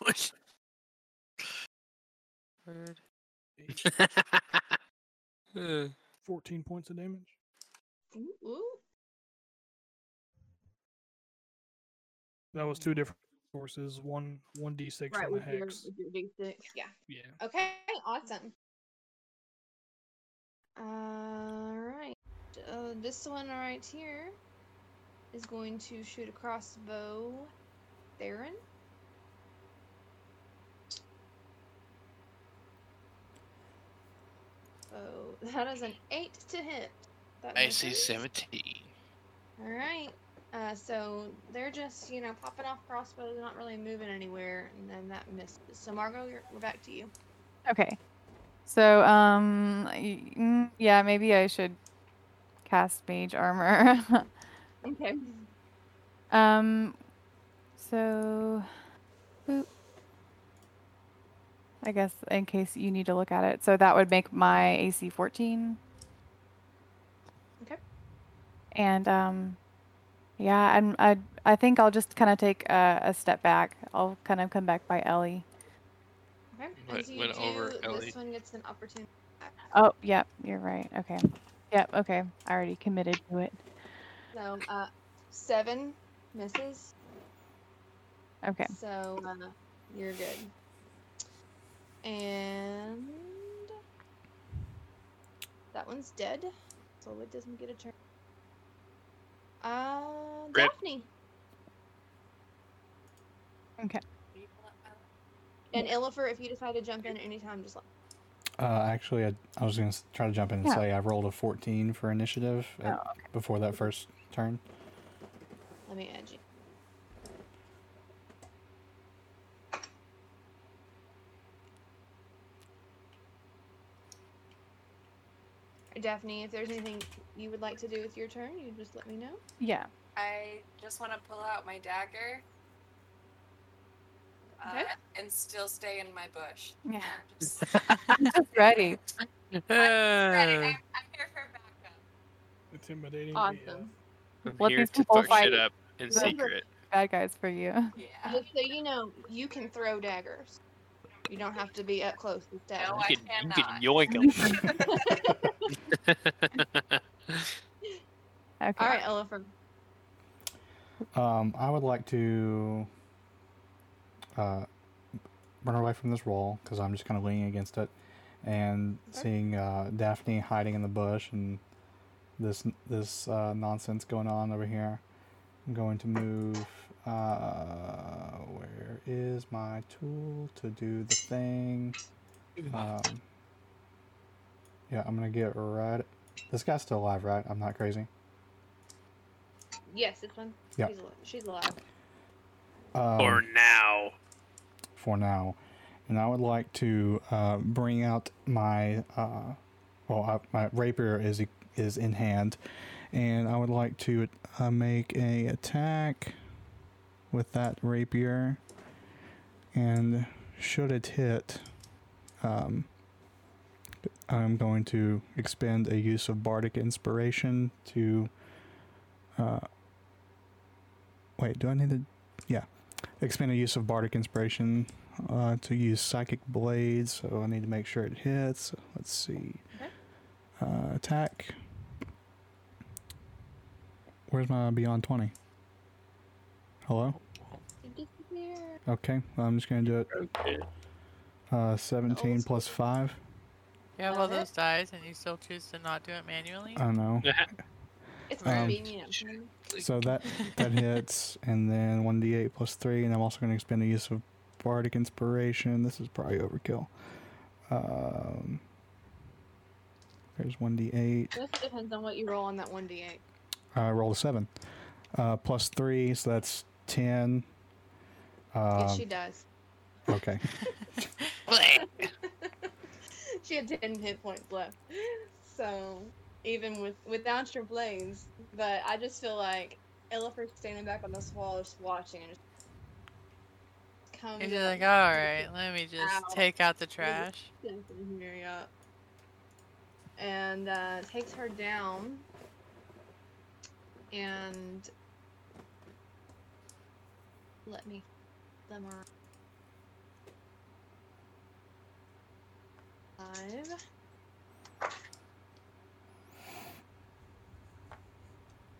Squish. Rude. Hmm. Uh, 14 points of damage. Ooh, ooh. That was two different sources. One one d6 on Right the with your, hex. with your D6. Yeah. Yeah. Okay, awesome. Alright. Uh, this one right here is going to shoot a crossbow. Theron? Oh, that is an 8 to hit. That will AC hit. 17. All right. Uh, so they're just, you know, popping off crossbows, not really moving anywhere, and then that misses. So Margot, you're, we're back to you. Okay. So, um, y- mm, yeah, maybe I should cast mage armor. Okay. um, so, boop. I guess in case you need to look at it. So that would make my AC 14. Okay. And, um, yeah, I'm, I, I think I'll just kind of take a, a step back. I'll kind of come back by Ellie. Okay. Went- As you went do, over Ellie. this one gets an opportunity. attack. Oh, yep, you're right. Okay. Yep, okay. I already committed to it. So uh, seven misses. Okay. So uh, you're good. And that onene's dead, so it doesn't get a turn. Uh, Rip. Daphne Okay. and Illifer, if you decide to jump in at any time, just let Uh, actually, I, I was going to try to jump in and Yeah. say I rolled a 14 for initiative at- Oh, before that first turn. Let me add you. Daphne, if there's anything you would like to do with your turn, you just let me know. Yeah. I just want to pull out my dagger. Uh, Okay. And still stay in my bush. Yeah. I'm just- Just ready. Ah. Ready, Uh, I'm, I'm here for backup. Intimidating. Awesome. I'm Let here these to people fuck fight. shit up in Remember- secret. Bad guys for you. Uh, Yeah. Just so you know, you can throw daggers. You don't have to be up close with No, daggers. I You can, you can cannot. yoink Okay. All right, Elephant. Um, I would like to uh, run away from this wall because I'm just kind of leaning against it, and seeing uh, Daphne hiding in the bush and this this uh, nonsense going on over here. I'm going to move. Uh, where is my tool to do the thing? Um, yeah, I'm gonna get right. This guy's still alive, right? I'm not crazy. Yes, this one. Yeah. She's, al- she's alive. Um, For now. for now. And I would like to uh, bring out my, uh, well, I, my rapier is is in hand, and I would like to uh, make a attack with that rapier. And should it hit, um, I'm going to expend a use of bardic inspiration to. Uh, wait, do I need to? Yeah, expend a use of bardic inspiration uh, to use psychic blade. So I need to make sure it hits. Let's see. Uh, attack. Where's my beyond twenty? Hello. Okay, I'm just gonna do it. Okay. Uh, Seventeen plus five. You have all Does it? those dies and you still choose to not do it manually? I Uh, don't know. It's Um, convenient. honey. So that that hits, and then one d8 plus three, and I'm also going to expend a use of bardic inspiration. This is probably overkill. Um, there's one d8. This depends on what you roll on that 1d8. I rolled a seven, uh, plus three, so that's ten. Uh, yes, she does. okay, she had 10 hit points left. So, even with without your blades, but I just feel like Illifer standing back on this wall, just watching and just um, come. You're just like, all right, let me just Ow. take out the trash. here, yeah. And uh, takes her down. And let me them are alive.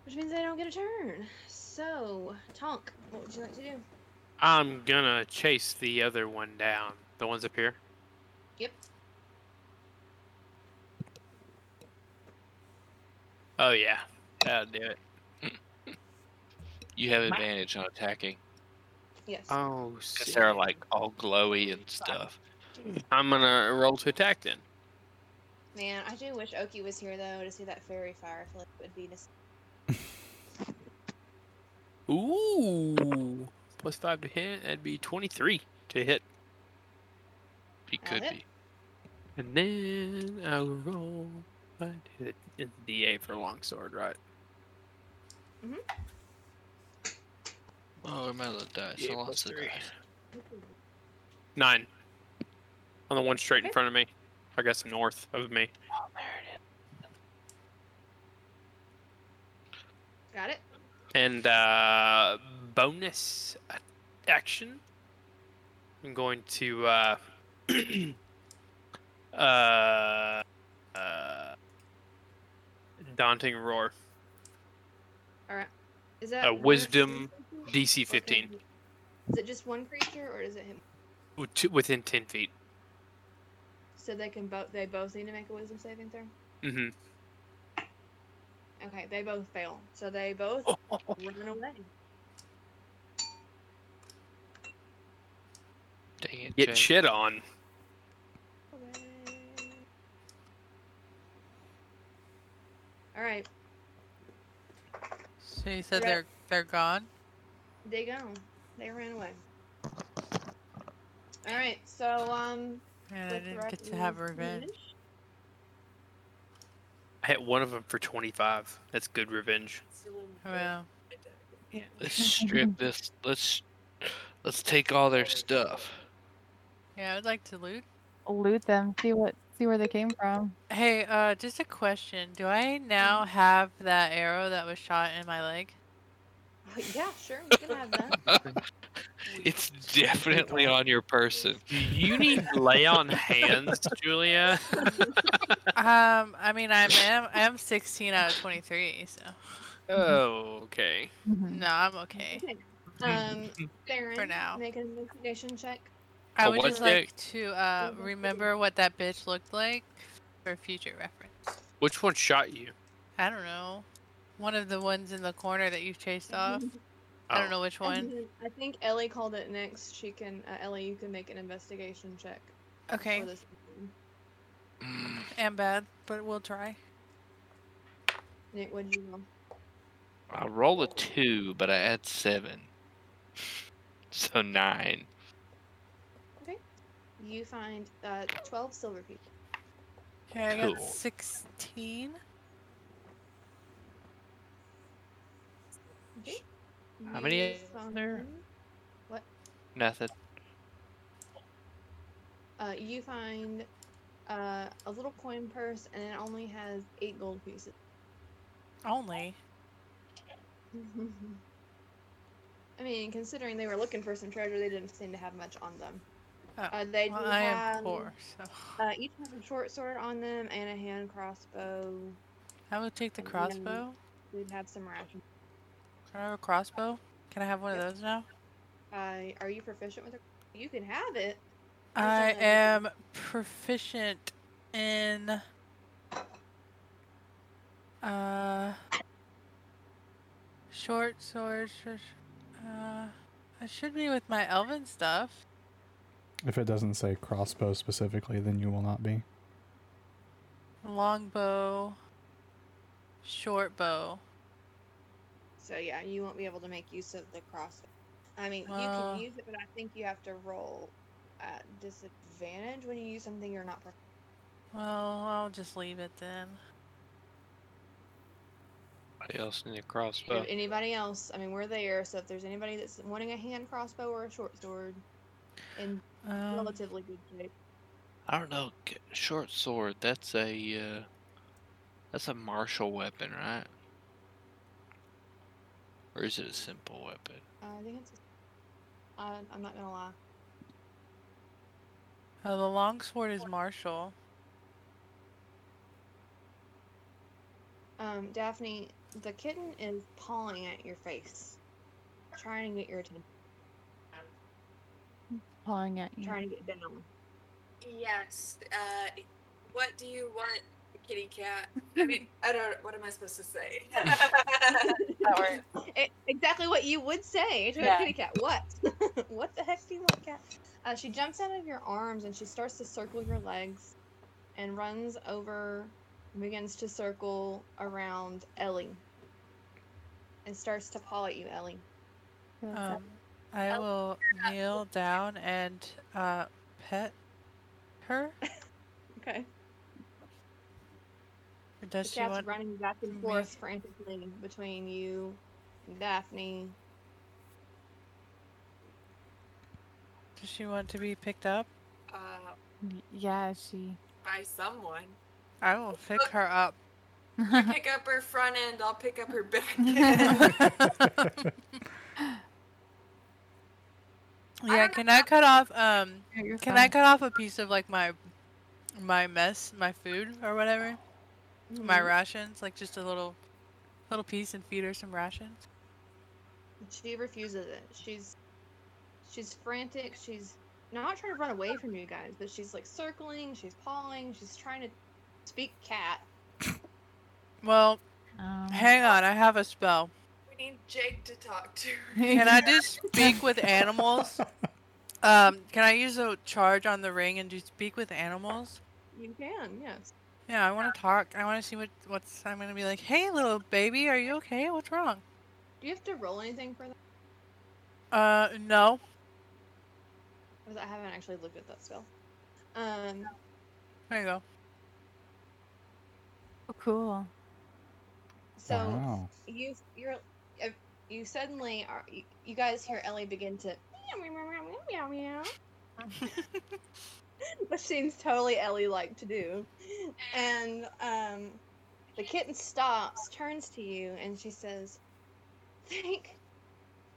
Which means they don't get a turn. So, Tonk, what would you like to do? I'm gonna chase the other one down. The ones up here. Yep. Oh yeah, that'll do it. You have advantage on attacking Yes. Oh, because sick. they're like all glowy and stuff. I'm gonna roll to attack then. Man, I do wish Oki was here though to see that fairy fire. I feel like it would be just Ooh, plus five to hit. That'd be twenty-three to hit. He Got could it. be. And then I'll roll. What? It- It's DA for longsword, right? Oh, my little dice. Yeah, I plus lost the three. dice. Nine. On the one straight in front of me. I guess north of me. Oh, there it is. got it. And uh, bonus a- action. I'm going to uh, uh, uh, daunting roar. Is that Uh, one or two wisdom creatures? DC Or 15 can- Is it just one creature, or is it him? With two- within 10 feet. So they can both they both need to make a wisdom saving throw. hmm Okay, they both fail, so they both run away. Dang it. Get Jake. shit on. All right, So you said Right. they're they're gone. they go. They ran away. All right, so um. Man, I didn't with get to Raccoon's have revenge. finish- I hit one of them for 25. That's good revenge. Well, Let's strip this. Let's let's take all their stuff. yeah, I would like to loot. Loot them. See what. See where they came from. Hey, uh, just a question. Do I Mm-hmm. now have that arrow that was shot in my leg? Yeah, sure, you can have that. It's definitely on your person. Do you need lay on hands, Julia? um, I mean, I'm am, I'm 16 out of 23, so Oh, okay. No, I'm okay. Um, Theron, For now. make an investigation check. I For would what just day? like to uh, remember what that bitch looked like for future reference. Which one shot you? I don't know. One of the ones in the corner that you chased off. I Oh. don't know which And one. then Mm-hmm. I think Ellie called it next. She can, uh, Ellie, you can make an investigation check. Okay, For this one. and bad, but we'll try. Nick, what did you roll? I roll a two, but I add seven. So nine. You find uh, 12 silver pieces. Okay, I got Cool. 16. Okay. How many You are there? find- Nothing. Uh, you find uh, a little coin purse, and it only has eight gold pieces. Only. I mean, considering they were looking for some treasure, they didn't seem to have much on them. Oh, Uh, they Well, do I am have, poor, so Uh, each has a short sword on them and a hand crossbow. I will take the Yeah. crossbow. We'd have some rations. Can I have a crossbow? Can I have one of those now? Uh, are you proficient with it? You can have it. There's I only- am proficient in uh short swords. sh- sh- Uh, I should be with my elven stuff. If it doesn't say crossbow specifically, then you will not be. Longbow, short bow. So yeah, you won't be able to make use of the crossbow. I mean, you Well- can use it, but I think you have to roll at disadvantage when you use something you're not. proficient. Well, I'll just leave it then. What else need a If crossbow? anybody else, I mean, we're there. So if there's anybody that's wanting a hand crossbow or a short sword, in Um, relatively good shape, I don't know. g- Short sword. That's a uh, that's a martial weapon, right? Or is it a simple weapon? uh, I think it's. Uh, I'm not gonna lie. uh, the longsword is martial. Um, Daphne, the kitten is pawing at your face, trying to get your attention, Pawing at you. trying to get down. Yes. Uh, what do you want, kitty cat? I mean, I don't. What am I supposed to say? That works. E- exactly what you would say to Yeah. a kitty cat. What? what the heck do you want, cat? Uh, she jumps out of your arms and she starts to circle your legs, and runs over, and begins to circle around Ellie, and starts to paw at you, Ellie. Feel like Um, I Oh, will kneel down and uh, pet her. Okay. Or The does she cat's want? running back and me- forth frantically between you, and Daphne. Does she want to be picked up? uh, that- Yeah, she. by someone. I will pick her up. Pick up her front end. I'll pick up her back end. yeah, don't can I cut off? Um, You're can I fine. cut off a piece of like my my mess, my food or whatever, my rations? Like just a little little piece and feed her some rations. She refuses it. She's she's frantic. She's not trying to run away from you guys, but she's like circling. She's pawing. She's trying to speak cat. Well, Um, hang on, I have a spell. we need Jake to talk to. Can I do speak with animals? Um, can I use a charge on the ring and do speak with animals? You can, yes. Yeah, I want to talk. I want to see what what's. I'm gonna be like, hey, little baby, are you okay? What's wrong? Do you have to roll anything for that? Uh, no. Because I haven't actually looked at that spell. Um, There you go. Oh, cool. so wow. you you're uh, you suddenly are you, you guys hear Ellie begin to meow meow meow meow meow meow. which seems totally Ellie like to do. And um, the kitten stops, turns to you, and she says, Thank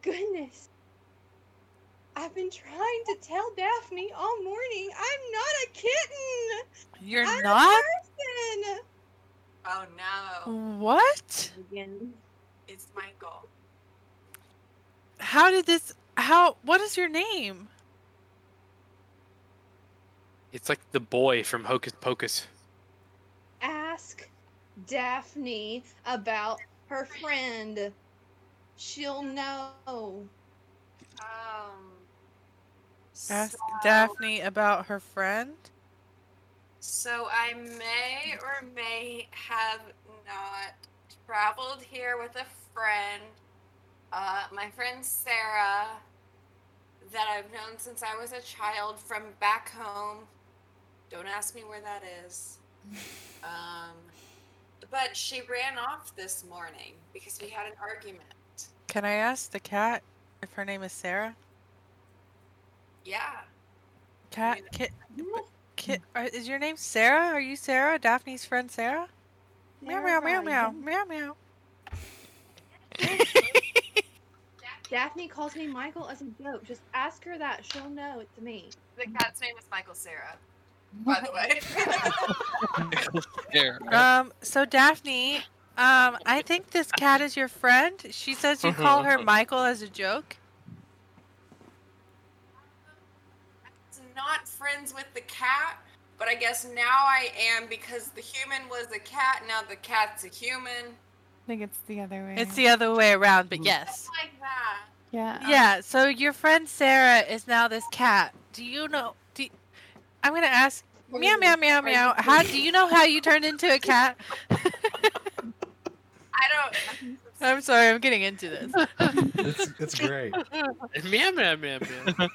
goodness. I've been trying to tell Daphne all morning I'm not a kitten! You're I'm not. a person! Oh no. What? Again. Michael. How did this? How? What is your name? It's like the boy from Hocus Pocus. Ask Daphne about her friend. She'll know. Um, Ask so- Daphne about her friend. So I may or may have not traveled here with a friend, uh, my friend Sarah, that I've known since I was a child from back home. Don't ask me where that is. Um, but she ran off this morning because we had an argument. Can I ask the cat if her name is Sarah? Yeah. Cat, kit, kit. Are, is your name Sarah? Are you Sarah? Daphne's friend Sarah? Meow meow meow meow meow meow. Daphne calls me Michael as a joke. Just ask her that. She'll know it's me. The cat's name is Michael Sarah, by the way. There. Um. So Daphne, um, I think this cat is your friend. She says you call her Michael as a joke. was not friends with the cat, but I guess now I am because the human was a cat, now the cat's a human. I think it's the other way. It's the other way around, but yes. Like that. yeah. Yeah, so your friend Sarah is now this cat. Do you know? Do I'm gonna ask. Meow meow meow meow. How do you know how you turned into a cat? I don't. I'm sorry, I'm getting into this. It's it's great. meow, meow, meow, meow.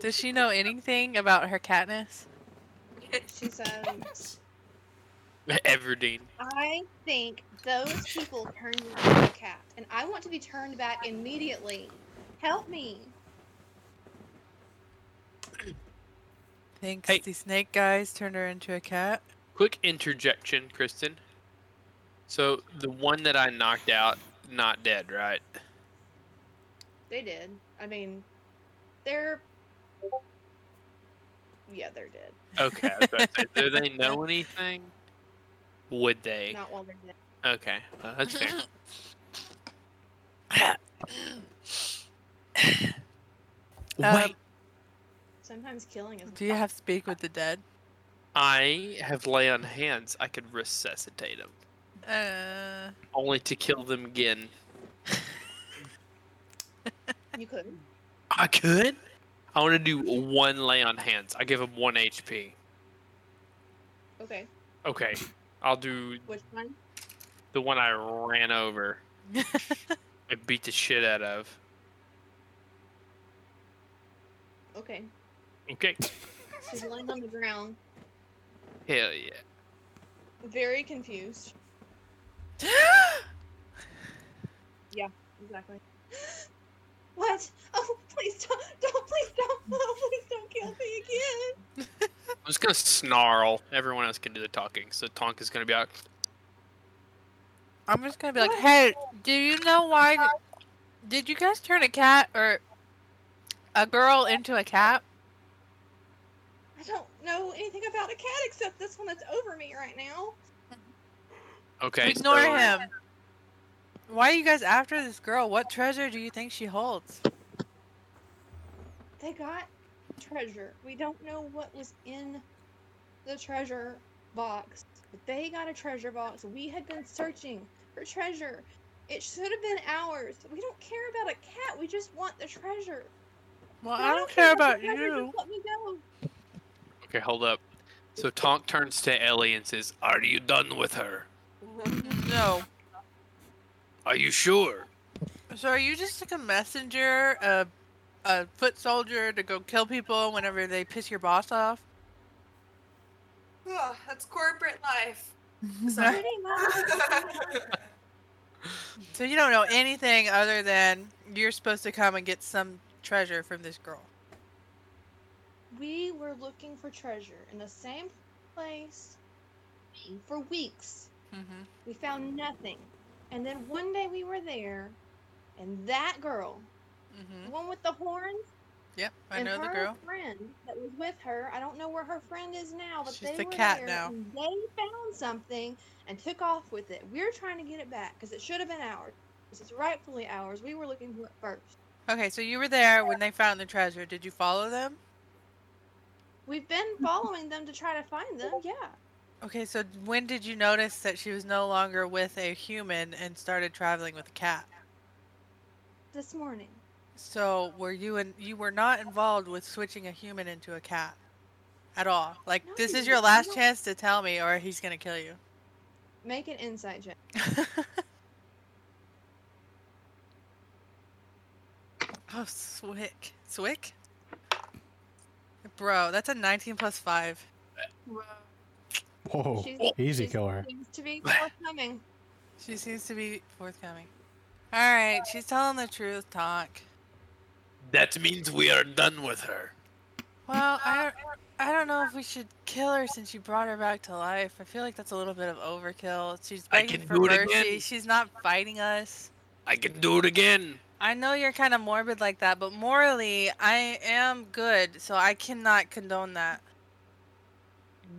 Does she know anything about her catness? She says, Everdeen. I think those people turned me into a cat, and I want to be turned back immediately. Help me. Thinks Hey. the snake guys turned her into a cat. Quick interjection, Kristen. So the one that I knocked out, not dead, right? They did. I mean, they're. Yeah, they're dead. Okay. I was about to say, Do they know anything? Would they? Not while they're dead. Okay, well, that's fair. Um, Wait, Sometimes killing is. Do you have speak with the dead? I have lay on hands. I could resuscitate them, Uh, only to kill them again. You could. I could. I want to do one lay on hands. I give them one HP. Okay. Okay, I'll do Which one? the one I ran over. I beat the shit out of. Okay. Okay. She's laying on the ground, Hell yeah. very confused. Exactly. What? Oh, please don't! Don't please don't! No, please don't kill me again. I'm just gonna snarl. Everyone else can do the talking, so Tonk is gonna be like, I'm just gonna be like, hey, do you know why? Did you guys turn a cat or a girl into a cat? I don't know anything about a cat except this one that's over me right now. "Okay, Ignore so- him. Why are you guys after this girl? What treasure do you think she holds? They got treasure. We don't know what was in the treasure box, but they got a treasure box. We had been searching Uh, for treasure. It should have been ours. We don't care about a cat. We just want the treasure. Well, If I don't care about about the treasure, you. Just let me go. Okay, hold up. So Tonk turns to Ellie and says, Are you done with her? No. Are you sure? So are you just like a messenger, a a foot soldier to go kill people whenever they piss your boss off? Ugh, that's corporate life. Sorry. Pretty much. So you don't know anything other than you're supposed to come and get some treasure from this girl. we were looking for treasure in the same place for weeks. Mm-hmm. We found nothing. And then one day we were there, and that girl, Mm-hmm. the one with the horns, Yep, I and know her the girl. friend that was with her. I don't know where her friend is now, but She's they the were cat there now. and they found something and took off with it. We're trying to get it back because it should have been ours. It's rightfully ours. We were looking for it first. Okay, so you were there when they found the treasure. Did you follow them? We've been following them to try to find them. Yeah, Okay, so when did you notice that she was no longer with a human and started traveling with a cat? this morning. So were you and you were not involved with switching a human into a cat at all? Like No, this you is your don't- you last don't- chance to tell me, or he's gonna kill you. Make an insight check. oh, swick, swick, bro. That's a 19 plus five. Whoa, She's- easy she's- killer. Seems to be forthcoming. She seems to be forthcoming. All right, she's telling the truth. Talk. That means we are done with her. Well, I don't, I don't know if we should kill her since you brought her back to life. I feel like that's a little bit of overkill. She's I begging can for do it mercy. again. She's not fighting us. I can do it again. I know you're kind of morbid like that, but morally, I am good, so I cannot condone that.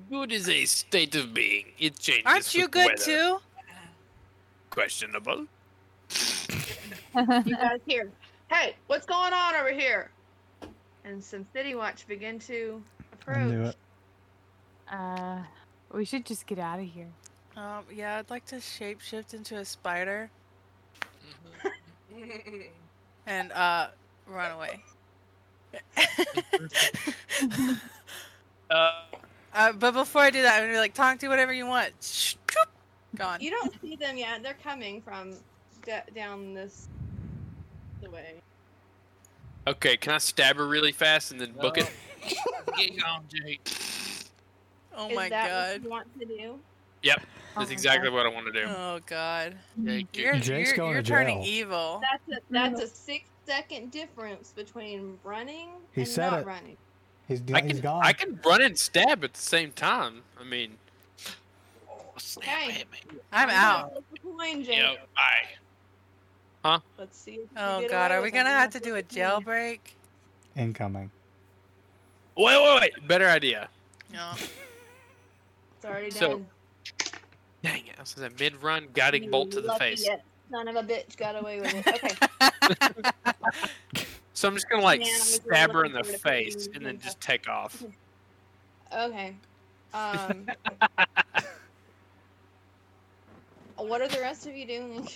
Good is a state of being. It changes. Aren't you with good weather. too? Questionable. you guys here. Hey, what's going on over here? And some city watch begin to approach. I knew it. Uh, we should just get out of here. Um, yeah, I'd like to shapeshift into a spider and uh run away. Uh, uh, but before I do that, I'm gonna be like, Tonk, do whatever you want. Shh, choop, Gone. You don't see them yet. They're coming from d- down this the way. okay, can I stab her really fast and then book it? Uh-huh. Get on, Jake. Oh Is my that god. What you want to do? That's my exactly what I want to do. Oh god. Jake, You're, Jake's you're, going you're to turning jail. evil. That's a that's a six second difference between running He and said not it. running. He's, I he's can gone. I can run and stab at the same time. I mean, Oh, snap, Hey. hit me. I'm gonna out. flip a coin, Jake. Yep, I. Let's see. If you Oh get god, away are we with it. gonna I'm have to do a flip coin. jailbreak? Incoming. Wait, wait, wait. Better idea. No. It's already So, done. Dang it! I was in mid run, guiding You bolt to the lucky face. yet Son of a bitch got away with it. Okay. So I'm just gonna like Man, I was really stab her in looking the forward to putting face you in and then the- just take off. Okay. Um, what are the rest of you doing?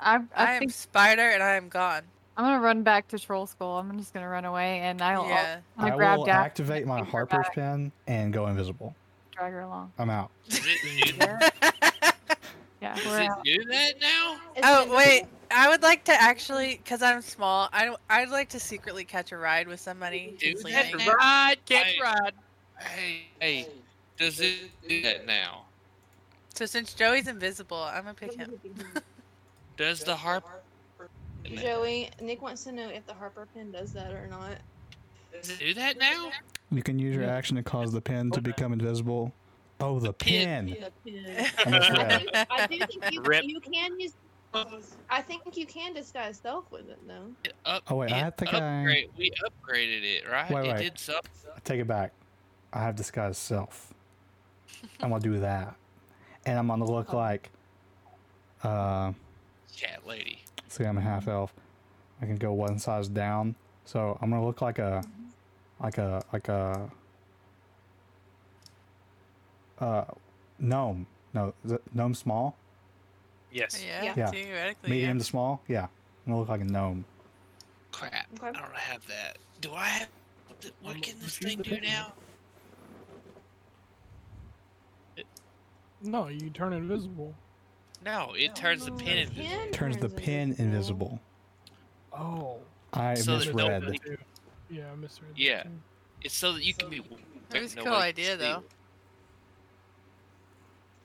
I, I I, am think spider and I am gone. I'm gonna run back to troll school. I'm just gonna run away, and I'll, yeah. I'll kinda I grab will Daphne activate and my take her Harper's back, pen and go invisible. drag her along. I'm out. Yeah, Does we're it out. do that now? It's oh been- wait, I would like to actually, cause I'm small. I don't- I'd like to secretly catch a ride with somebody Do who's that leaving. ride, Can't ride. Hey, hey, does it do that now? So since Joey's invisible, I'm gonna pick him. Does the harp? Joey, Nick wants to know if the Harper pen does that or not. Does it do that now? You can use your Mm-hmm. action to cause the pen to become invisible. Oh, the pin. pin. I I misread. do, I do think you, Rip. you can use. I think you can disguise stealth with it though. It up- Oh, wait, I it think I- upgrade, we upgraded it, right? Wait, it wait. did something. Take it back. I have disguised self. I'm gonna do that, and I'm gonna look like. Uh, Cat lady. see, I'm a half elf. I can go one size down, so I'm gonna look like a, like a, like a. Uh, gnome. No, is it gnome small, Yes. Oh, Yeah, Yeah. theoretically. medium to small. Yeah, I'm gonna look like a gnome. Crap. Okay. I don't have that. Do I have. What can this Use thing the do button. now? No, you turn invisible. No, it turns the pin invisible. Turns the pin invisible. Oh, I So there's no misread. way- too. yeah, I misread. that Yeah. too. It's so that you can be. That was a no cool way to idea, steal. though.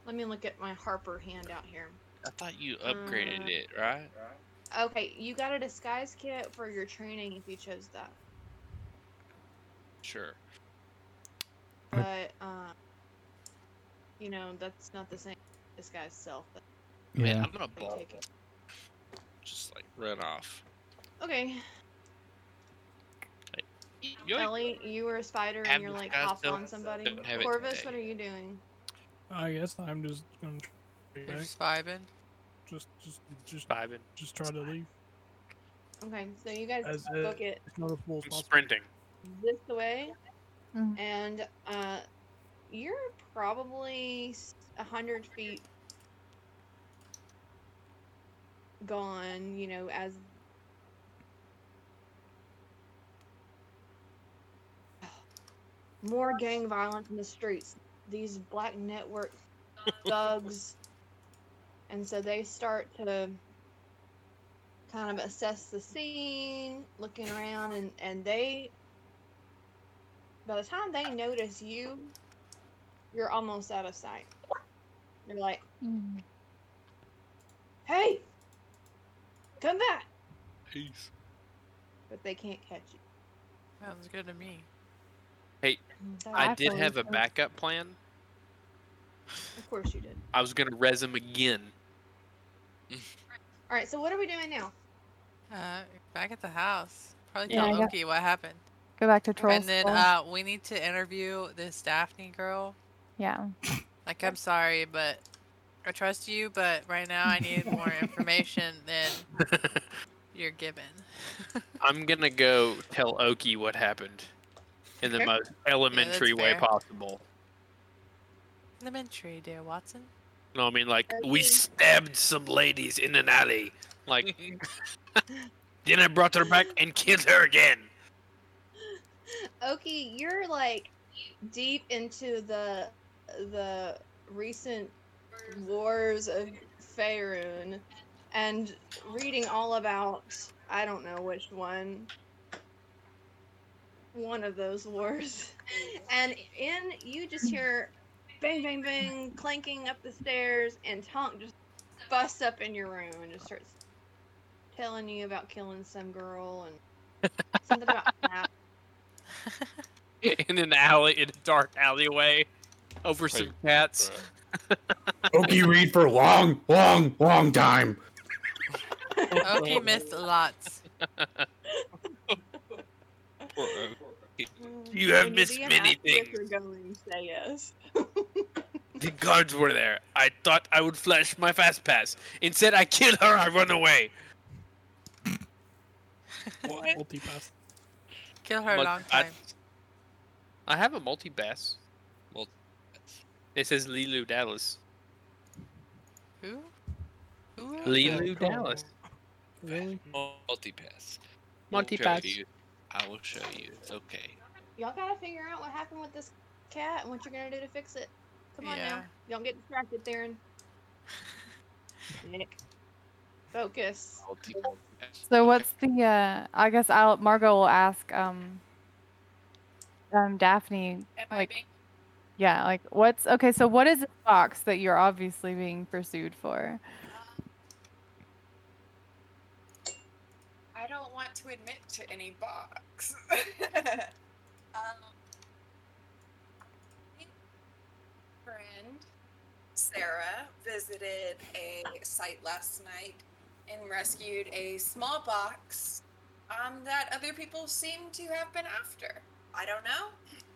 Let me look at my Harper handout here. I thought you upgraded Uh, it, right? Okay, you got a disguise kit for your training if you chose that. Sure. but um, you know that's not the same as this guy's self. That Yeah. Yeah. I'm gonna they blow. take it. Just like run off. Okay, Yoink. Ellie, you were a spider and you're like Abstract hopped stuff. on somebody. Don't have it Corvus, today. what are you doing? I guess I'm just gonna try You're back. just vibing. just just just Vibing. just try to leave. Okay, so you guys As a- book it It's not a full I'm responsibility. sprinting. this way, Mhm. and uh, you're probably s- a hundred feet gone. You know, as more gang violence in the streets, these black network thugs, and so they start to kind of assess the scene, looking around, and and they by the time they notice you, you're almost out of sight. They're like, "Hey, come back!" Peace. But they can't catch you. Sounds good to me. So, I I did fully have a think- backup plan. of course you did. I was gonna res him again. All right, so what are we doing now? Uh, back at the house. Probably Yeah, tell I got- Oki what happened. Go back to troll. And then school. uh, we need to interview this Daphne girl. yeah. Like, I'm sorry, but I trust you, but right now I need more information than you're given. I'm gonna go tell Oki what happened in the Okay. most elementary way fair. possible. Elementary, dear Watson. You know what I mean? Like we Oki. stabbed some ladies in an alley. Like then I brought her back and killed her again. Oki, you're like deep into the the recent wars of Faerun and reading all about I don't know which one one of those wars. And in you just hear bang bang bang clanking up the stairs and Tonk just busts up in your room and just starts telling you about killing some girl and something about that. in an alley, in a dark alleyway, over some cats. Okie read for a long, long, long time. Oki missed lots. uh, You have When missed do you many ask if things. You're going to say yes. The guards were there. I thought I would flash my fast pass. Instead, I killed her. I run away. Multipass. Kill her a Mul- long I- time. I have a multi bass. Multi- It says Lilu Dallas. Who? Who? are you? Lilu cool. Dallas. Really? Multipass. We'll show you. I will show you. It's okay. Y'all gotta figure out what happened with this cat and what you're gonna do to fix it. Come on now. Yeah. Don't get distracted, Theron. Nick. Focus. Multipass. So what's the? Uh, I guess I'll Margot will ask. Um. Um, Daphne. Like, yeah. Like, what's okay? So what is the box that you're obviously being pursued for? I don't want to admit to any box. um, friend Sarah visited a site last night and rescued a small box um, that other people seem to have been after. I don't know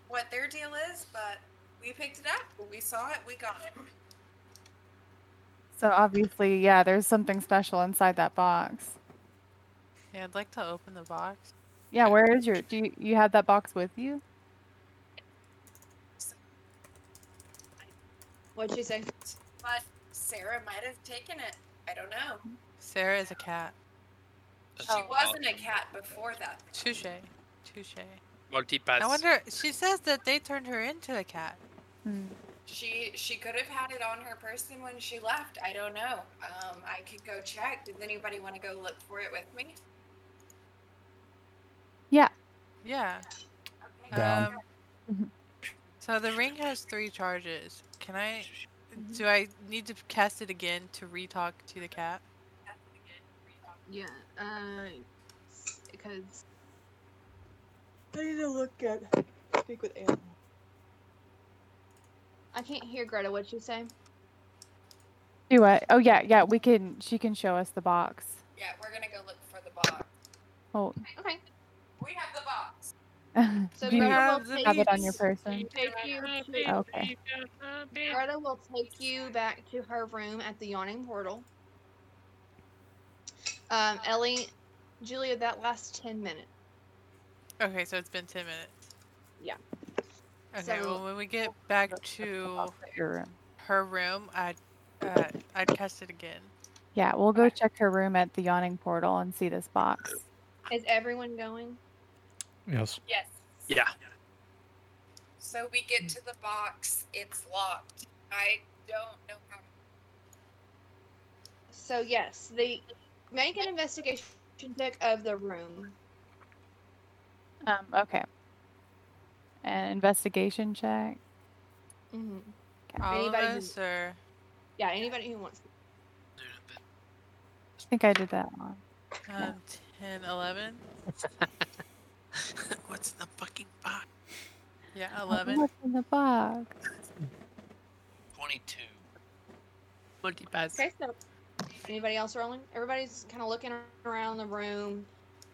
what their deal is, but we picked it up. We saw it. We got it. So obviously, yeah, there's something special inside that box. Yeah, I'd like to open the box. Yeah, where is your? Do you, you have that box with you? What'd she say? But Sarah might have taken it. I don't know. Sarah is a cat. Oh. She wasn't a cat before that. Touche. Touche. Multi pass. I wonder, she says that they turned her into a cat. Hmm. She she could have had it on her person when she left. I don't know. Um, I could go check. Does anybody want to go look for it with me? Yeah. Um, Down. Um, Mhm. Um, so the ring has three charges. Can I? Mm-hmm. Do I need to cast it again to re-talk to the cat? Yeah, uh, because. I need to look at. Speak with animal. I can't hear Greta. What'd you say? Do what? Oh yeah, yeah. We can. She can show us the box. Yeah, we're gonna go look for the box. Oh, Okay. We have the box. So Do you Greta have will the take, have it on your beads? person? take you to, Okay. Greta will take you back to her room at the yawning portal. Um, Ellie, Julia, that last ten minutes. Okay, so it's been ten minutes. Yeah. Okay. So- well, when we get back to Your room. her room, I'd uh, I'd test it again. Yeah, we'll go check her room at the yawning portal and see this box. Is everyone going? Yes. Yes. Yeah. So we get to the box. It's locked. I don't know how. So yes, the make an investigation check of the room. Um, okay. An investigation check. Mm-hmm. All Anybody of who- us, or Yeah, anybody who wants. I think I did that one. um, 10, 11? What's in the fucking box? Yeah, Oh, eleven. What's in the box? 22. Multipass. Okay, so anybody else rolling? Everybody's kind of looking around the room.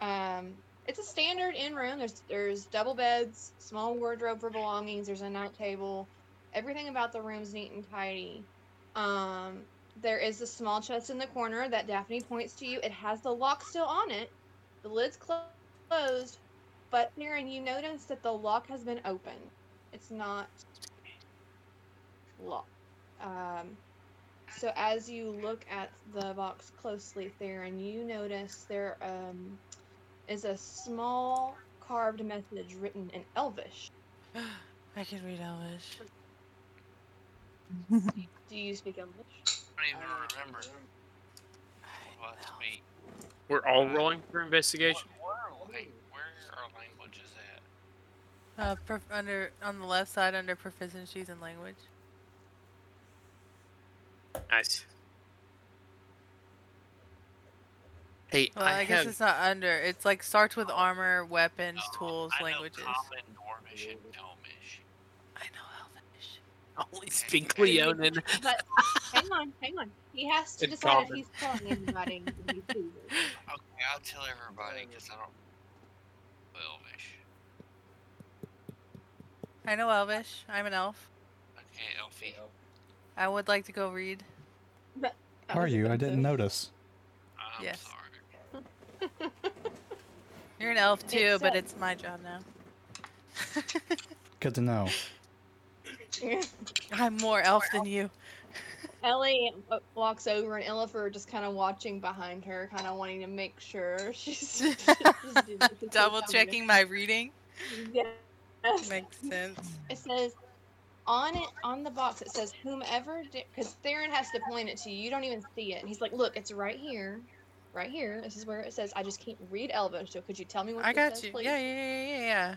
Um, it's a standard in room. There's there's double beds, small wardrobe for belongings. There's a night table. Everything about the room's neat and tidy. Um, there is a small chest in the corner that Daphne points to you. It has the lock still on it. The lid's clo- closed, but Karen, you notice that the lock has been open. It's not locked. Um, so as you look at the box closely, Theron, you notice there um, is a small carved message written in Elvish. I can read Elvish. Do you speak Elvish? I don't even remember last week. We're all rolling for What- investigation. Where are, lang- where are languages at? Uh, prof- under on the left side under proficiencies in language. Nice. Hey, Well, I, guess it's not under. It's like starts with armor, weapons, Oh, tools, I know languages. Common, Dwarvish, and Elvish. I know only speak Leonin. But hang on, hang on. He has to In decide common. if he's telling anybody. if he chooses. Okay, I'll tell everybody because I don't. Elvish. Elvish. I know Elvish. I'm an elf. Okay, Elfie. I would like to go read. That Are was you? I didn't offensive. notice. I'm Yes. sorry. You're an elf too, but said- it's my job now. Good to know. I'm more elf than you. Ellie w- walks over, and Illifer just kind of watching behind her, kind of wanting to make sure she's she's doing what she's Double telling her. checking my reading Yeah. makes sense. It says on it on the box. It says whomever because Theron has to point it to you. You don't even see it, and he's like, "Look, it's right here, right here. This is where it says. I just can't read Elvish. So could you tell me what I this got says, you. please? Yeah, yeah, yeah, yeah, yeah.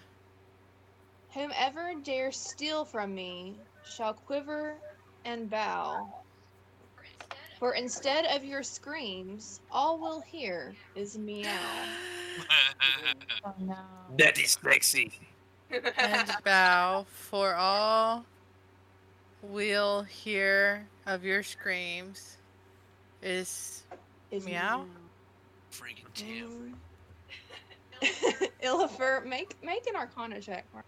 Whomever dares steal from me shall quiver and bow. For instead of your screams, all we'll hear is meow. Oh no. That is sexy. and bow for all we'll hear of your screams is Is Meow? Freaking Tim. Illifer, make make an Arcana check. Mark.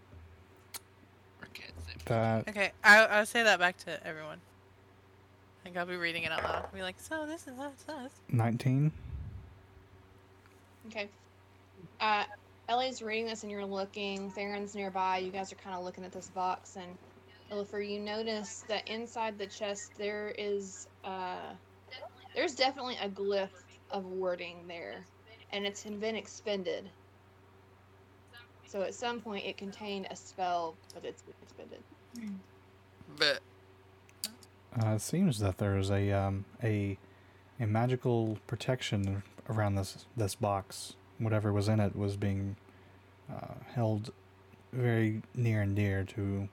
Forgets it. That okay I, i'll say that back to everyone i think i'll be reading it out loud I'll be like so this is us us 19. Okay. Uh, Ellie's reading this and you're looking. Theron's nearby. You guys are kind of looking at this box. And Illifer, you notice that inside the chest there is uh, there's definitely a glyph of wording there, and it's been expended. So at some point it contained a spell, but it's been expended. Mm-hmm. but Uh, it seems that there is a um, a a magical protection around this this box. Whatever was in it was being uh, held very near and dear to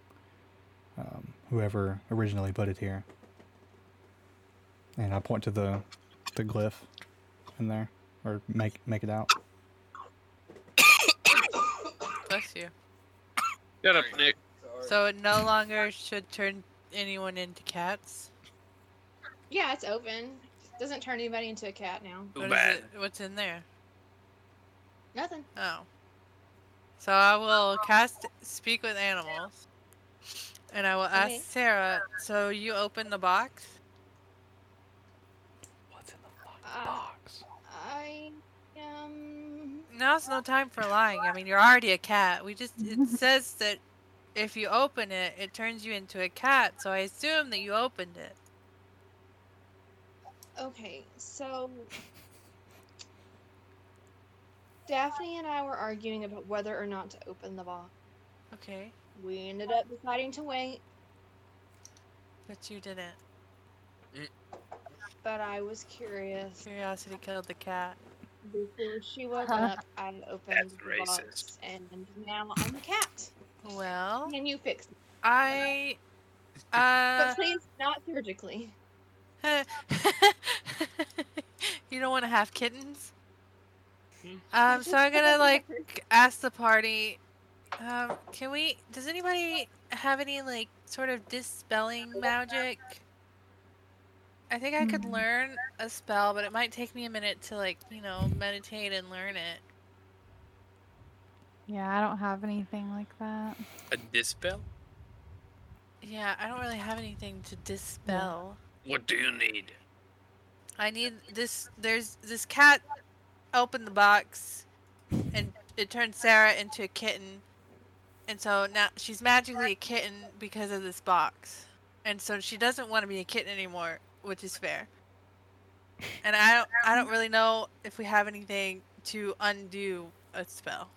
um, whoever originally put it here. And I point to the the glyph in there, or make make it out. bless you Shut up, Nick. so it no longer should turn anyone into cats Yeah, it's open. Doesn't turn anybody into a cat now. Too What is bad. it- what's in there Nothing. oh So I will cast Speak with Animals. And I will ask Okay. Sarah, so you open the box? What's in the Uh, box? I am. Now's no time for lying. I mean, you're already a cat. We just it says that if you open it, it turns you into a cat. So I assume that you opened it. Okay, so Daphne and I were arguing about whether or not to open the box. Okay, We ended up deciding to wait, but you didn't. but I was curious. Curiosity killed the cat. Before she woke Huh. up, I opened That's the box, and now I'm a cat. Well, Can you fix me? I But uh please, not surgically. you don't want to have kittens. Um, so I'm gonna like ask the party. Um, can we? Does anybody have any like sort of dispelling magic? I think I could Hmm. learn a spell, but it might take me a minute to like you know meditate and learn it. Yeah, I don't have anything like that. A dispel? Yeah, I don't really have anything to dispel. What do you need? I need this. There's this cat. Opened the box, and it turned Sarah into a kitten, and so now she's magically a kitten because of this box, and so she doesn't want to be a kitten anymore, which is fair. And I don't, I don't really know if we have anything to undo a spell.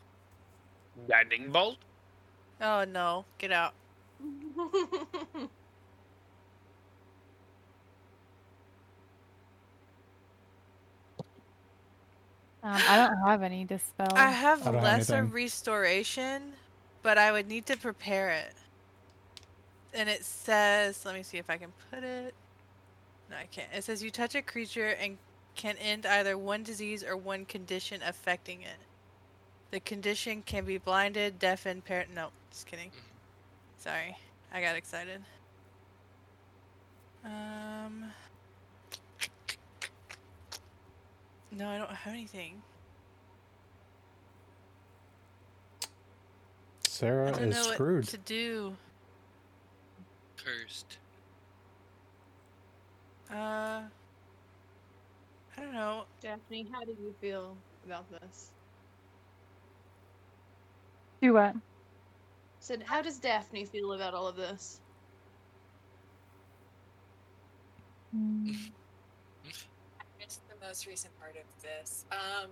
Guiding bolt? Oh no, get out. Um, I don't have any dispel. I have I don't have lesser anything. restoration, but I would need to prepare it. And it says, let me see if I can put it. No, I can't. It says you touch a creature and can end either one disease or one condition affecting it. The condition can be blinded, deafened, par No, just kidding. Sorry, I got excited. Um. No, I don't have anything. I Sarah don't is know what screwed. to do. Cursed. Uh, I don't know. Daphne, how do you feel about this? Do what? Said, how does Daphne feel about all of this? Mm. It's the most recent part of this. Um,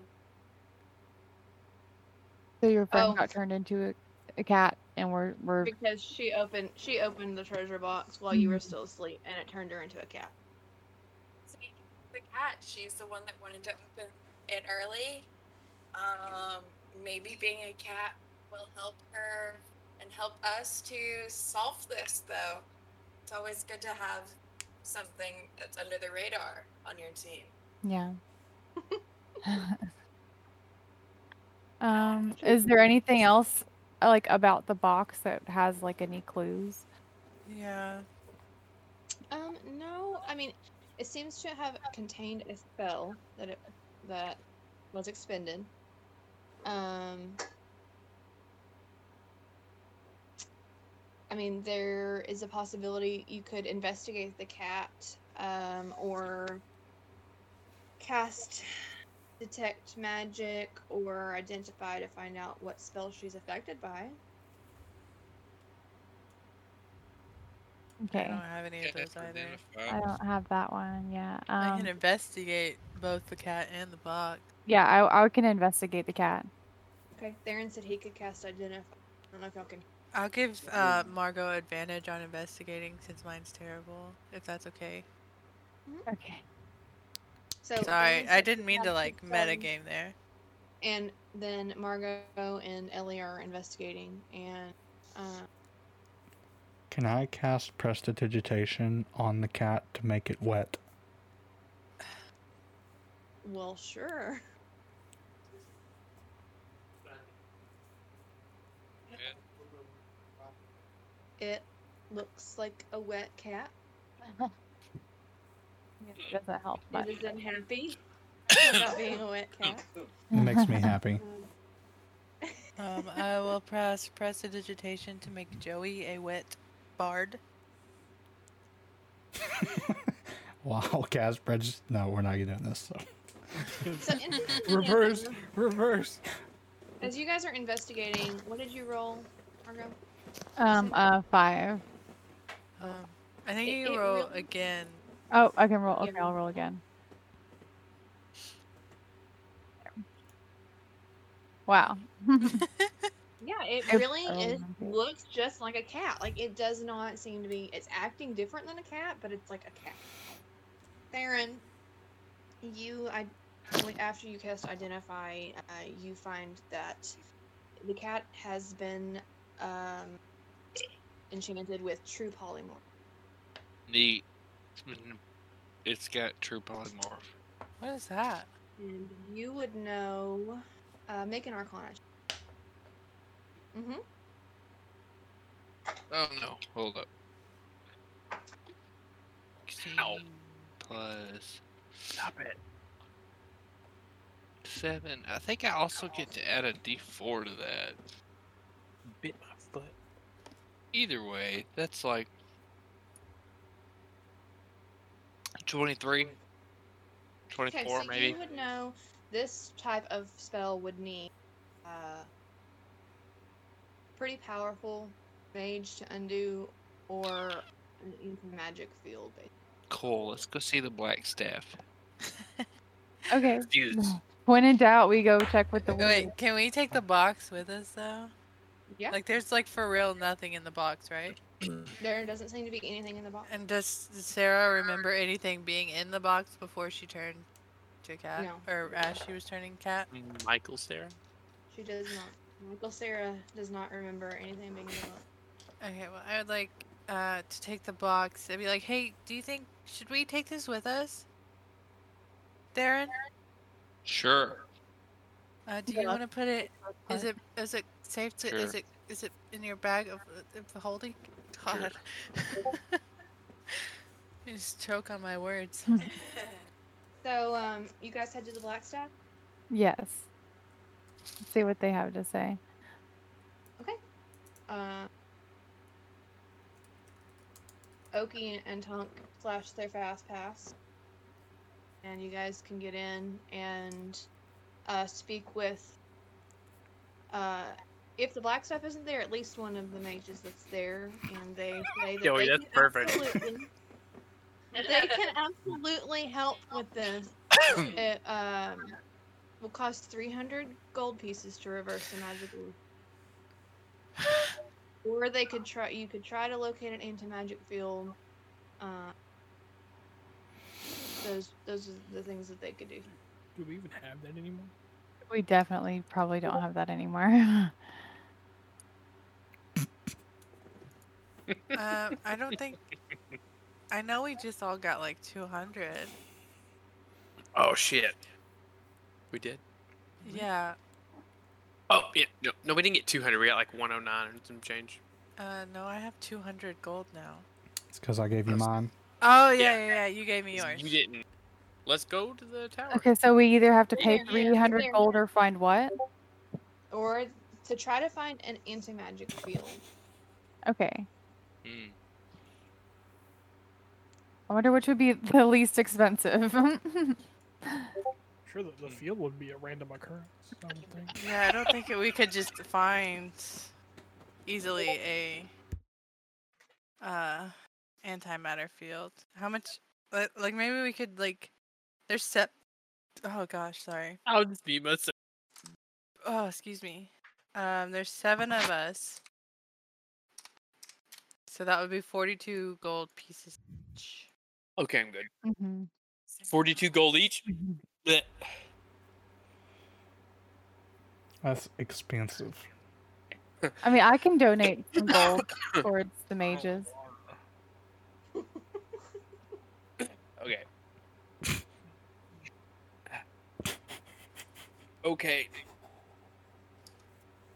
So your friend Oh. got turned into a, a cat, and we're we're Because she opened she opened the treasure box while you were Mm-hmm. still asleep, and it turned her into a cat. see, the cat, she's the one that wanted to open it early. Um, maybe being a cat will help her and help us to solve this, though. It's always good to have something that's under the radar on your team. yeah. um, is there anything else uh, like about the box that has like any clues? Yeah. Um, no, I mean, it seems to have contained a spell that it that was expended. Um, I mean, there is a possibility you could investigate the cat, um, or cast detect magic or identify to find out what spell she's affected by. I Okay, don't have any of those either. I don't have that one. Yeah. I Um, can investigate both the cat and the box. yeah, I I can investigate the cat. Okay, Theron said he could cast identify. I don't know if y'all can. I'll give uh, Margot advantage on investigating since mine's terrible, if that's okay. Okay. So Theron Sorry, I said didn't he mean had to two like spells. metagame there. And then Margot and Ellie are investigating, and uh, Can I cast prestidigitation on the cat to make it wet? well, sure. It looks like a wet cat. It doesn't help much. It is unhappy about being a wet cat. It makes me happy. Um, Um, I will press prestidigitation to make Joey a wit bard. Wow, Cas Bridge. No, we're not doing this. So. So investigation, Reverse, reverse. As you guys are investigating, what did you roll, Margo? Um, uh, five. Um, I think It- you it roll really- again. Oh, I can roll. Yeah. Okay, I'll roll again. Wow. Yeah, it I- really I don't is, remember. looks just like a cat. Like it does not seem to be. It's acting different than a cat, but it's like a cat. Theron, you I wi- after you cast identify, uh, you find that the cat has been um, enchanted with true polymorph. Neat. It's got true polymorph. What is that? And you would know. Uh, make an arcana. Mm-hmm. Oh no! Hold up. Ow. 16 Plus Stop it. seven. I think I also get to add a D4 to that. Bit my foot. Either way, that's like twenty-three. Okay, 24 so maybe. you would know this type of spell would need uh, pretty powerful mage to undo or an in- magic field. ba- Cool. Let's go see the black staff. Okay. Dudes. When in doubt, we go check with the Wait, can we take the box with us though? Yeah. Like, there's like for real nothing in the box, right? There doesn't seem to be anything in the box. And does does Sarah remember anything being in the box before she turned to cat, No. or as she was turning cat? Michael's there. She does not. Michael Sarah does not remember anything being in the box. Okay, well, I would like uh, to take the box and be like, "Hey, do you think should we take this with us, Darren? Sure. Uh, do you Yeah. want to put it? Is it is it safe to? Is Sure. it is it in your bag of, of holding? God, I just choke on my words. So, um, you guys head to the black staff. Yes. Let's see what they have to say. Uh, Oki and, and Tonk flash their fast pass, and you guys can get in and uh, speak with. Uh, if the black stuff isn't there, at least one of the mages that's there, and they say that Joey, they that's can perfect. absolutely- that they can absolutely help with this. It um, will cost three hundred gold pieces to reverse the magic loop. Or they could try. You could try to locate an anti-magic field. Uh, those those are the things that they could do. Do we even have that anymore? We definitely probably don't have that anymore. um, I don't think. I know we just all got like 200. Oh shit. We did. Yeah. Oh yeah. No, no, we didn't get 200. We got like 109 and some change. Uh, no, I have 200 gold now. It's because I gave you mine. Oh Yeah. yeah, yeah, yeah. You gave me Is- yours. You didn't. Let's go to the tower. okay, so we either have to Yeah, pay yeah, yeah, three hundred fair. gold or find what? Or to try to find an anti-magic field. Okay. Hmm. I wonder which would be the least expensive. Mm-hmm. Sure, the, Hmm. the field would be a random occurrence. I would think. Yeah, I don't think it- we could just find easily a uh antimatter field. How much? li- Like maybe we could like there's set. Oh gosh, sorry. I'll just be myself. Oh, excuse me. Um, there's seven of us. So that would be 42 gold pieces each. Okay, I'm good. Mhm. 42 gold each. Blech. That's expensive. I mean, I can donate some gold towards the mages. Okay. okay.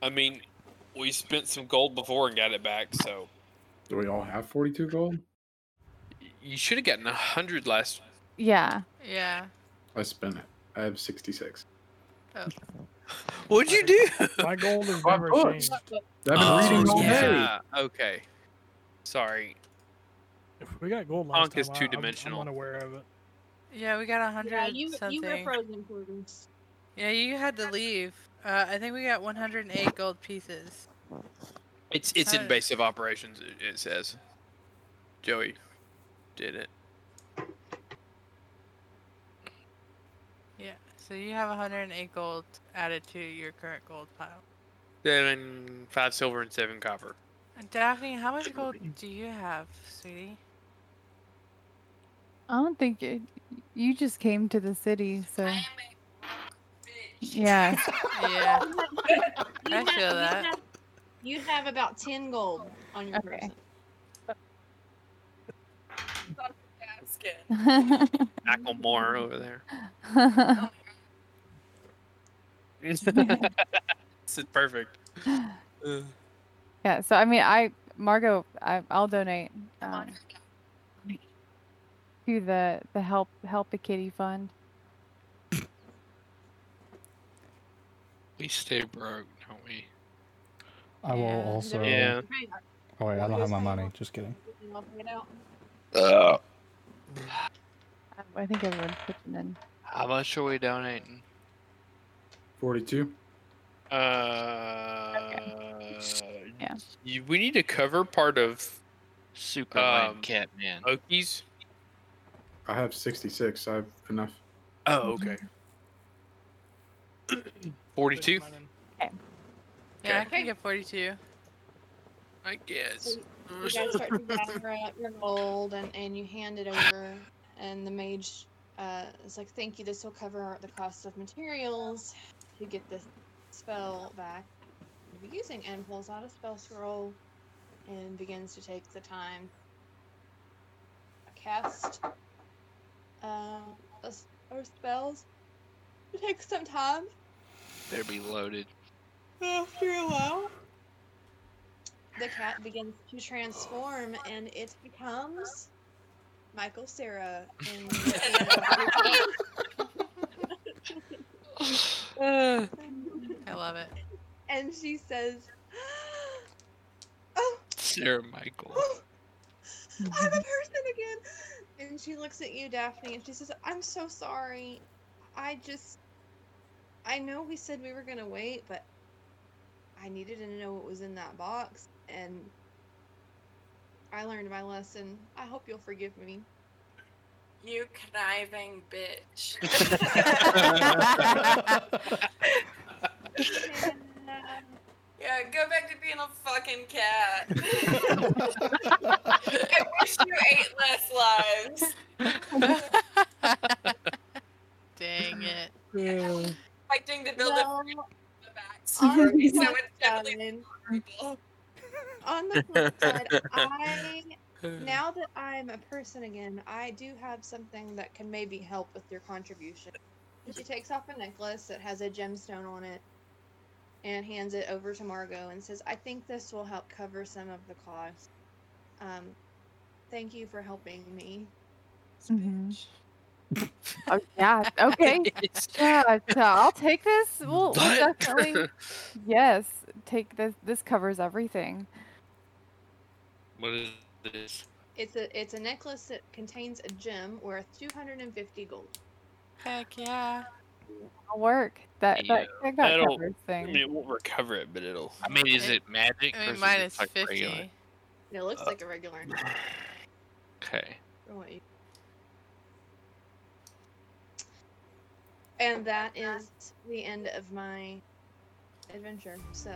I mean, we spent some gold before and got it back, so Do we all have 42 gold? Y- you should have gotten a hundred last. Yeah. Yeah. I spent it. I have 66. Oh. What'd you do? My goal has My never books. changed. I've been reading all day. Oh, yeah. Okay. Sorry. If we got gold Honk last is time, I- two-dimensional. I'm, I'm unaware of it. Yeah, we got a hundred Yeah, you, something. you were frozen, Corbin. yeah, you had to leave. Uh, I think we got 108 gold pieces. It's it's Uh, invasive operations. it- It says. Joey, did it. Yeah, so you have 108 gold added to your current gold pile. Seven, five silver and seven copper. And Daphne, how much gold do you have, sweetie? I don't think it, you just came to the city, so I am a bitch. yeah. Yeah, You I have- feel you that. have- You have about ten gold on your Okay. person. Basket. Macklemore over there. this is perfect. Uh, yeah. So I mean, I Margot, I, I'll donate um, to the the help help a kitty fund. We stay broke, don't we? I will Yeah. also. yeah. Oh wait, I don't have my money. Just kidding. I, I think everyone's pitching in. How much are we donating? 42. Uh, Yeah. you- we need to cover part of Super Um, lame cat man. Okies. I have 66. I have enough. Oh, okay. Forty-two. Yeah, I Okay. can get 42. I guess. You guys start to gather up your gold and, and you hand it over, and the mage uh, is like, "Thank you. This will cover the cost of materials to get this spell back to be using." And pulls out a spell scroll and begins to take the time to cast uh, a s- or spells. It takes some time They'll be loaded. after a while, the cat begins to transform and it becomes Michael Sarah. And I love it. and she says, "Oh, Sarah Michael. I'm a person again." And she looks at you, Daphne, and she says, "I'm so sorry. I just, I know we said we were gonna wait, but I needed to know what was in that box, and I learned my lesson. I hope you'll forgive me." You conniving bitch. yeah, go back to being a fucking cat. I wish you ate less lives. Dang it. Expecting to build Well, a the back on the story, so flip it's definitely side- horrible. on the flip side, I now that I'm a person again, I do have something that can maybe help with your contribution. She takes off a necklace that has a gemstone on it and hands it over to Margot and says, I think this will help cover some of the cost. Um, thank you for helping me. Mhm. Mm-hmm. Oh, yeah. Okay. Yeah, so I'll take this. We'll, we'll But- definitely. Yes, take this. This covers everything. What is this? It's a it's a necklace that contains a gem worth 250 gold. Heck yeah. I'll work. That Yeah, that, that got that'll- covers I things. mean, it won't recover it, but it'll. I mean, is It- it magic? I or mean, is mine it is just, like, 50. regular? And it looks Uh, like a regular necklace. Okay. from what you- And that is the end of my adventure. So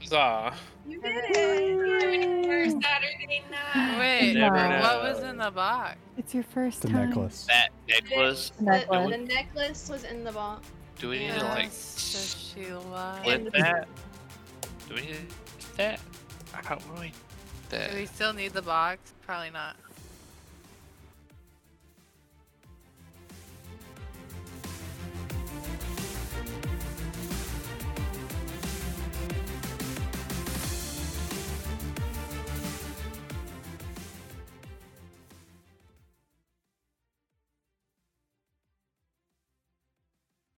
Huzzah. You did it. First Saturday night. Wait, never what was know. in the box? It's your first The time. necklace. That necklace. the, Necklace. the necklace was in the box. Do we need to Yeah. like Oh, so Sheila. And- split that? Do we need that? How do we? Do we That. still need the box? Probably not.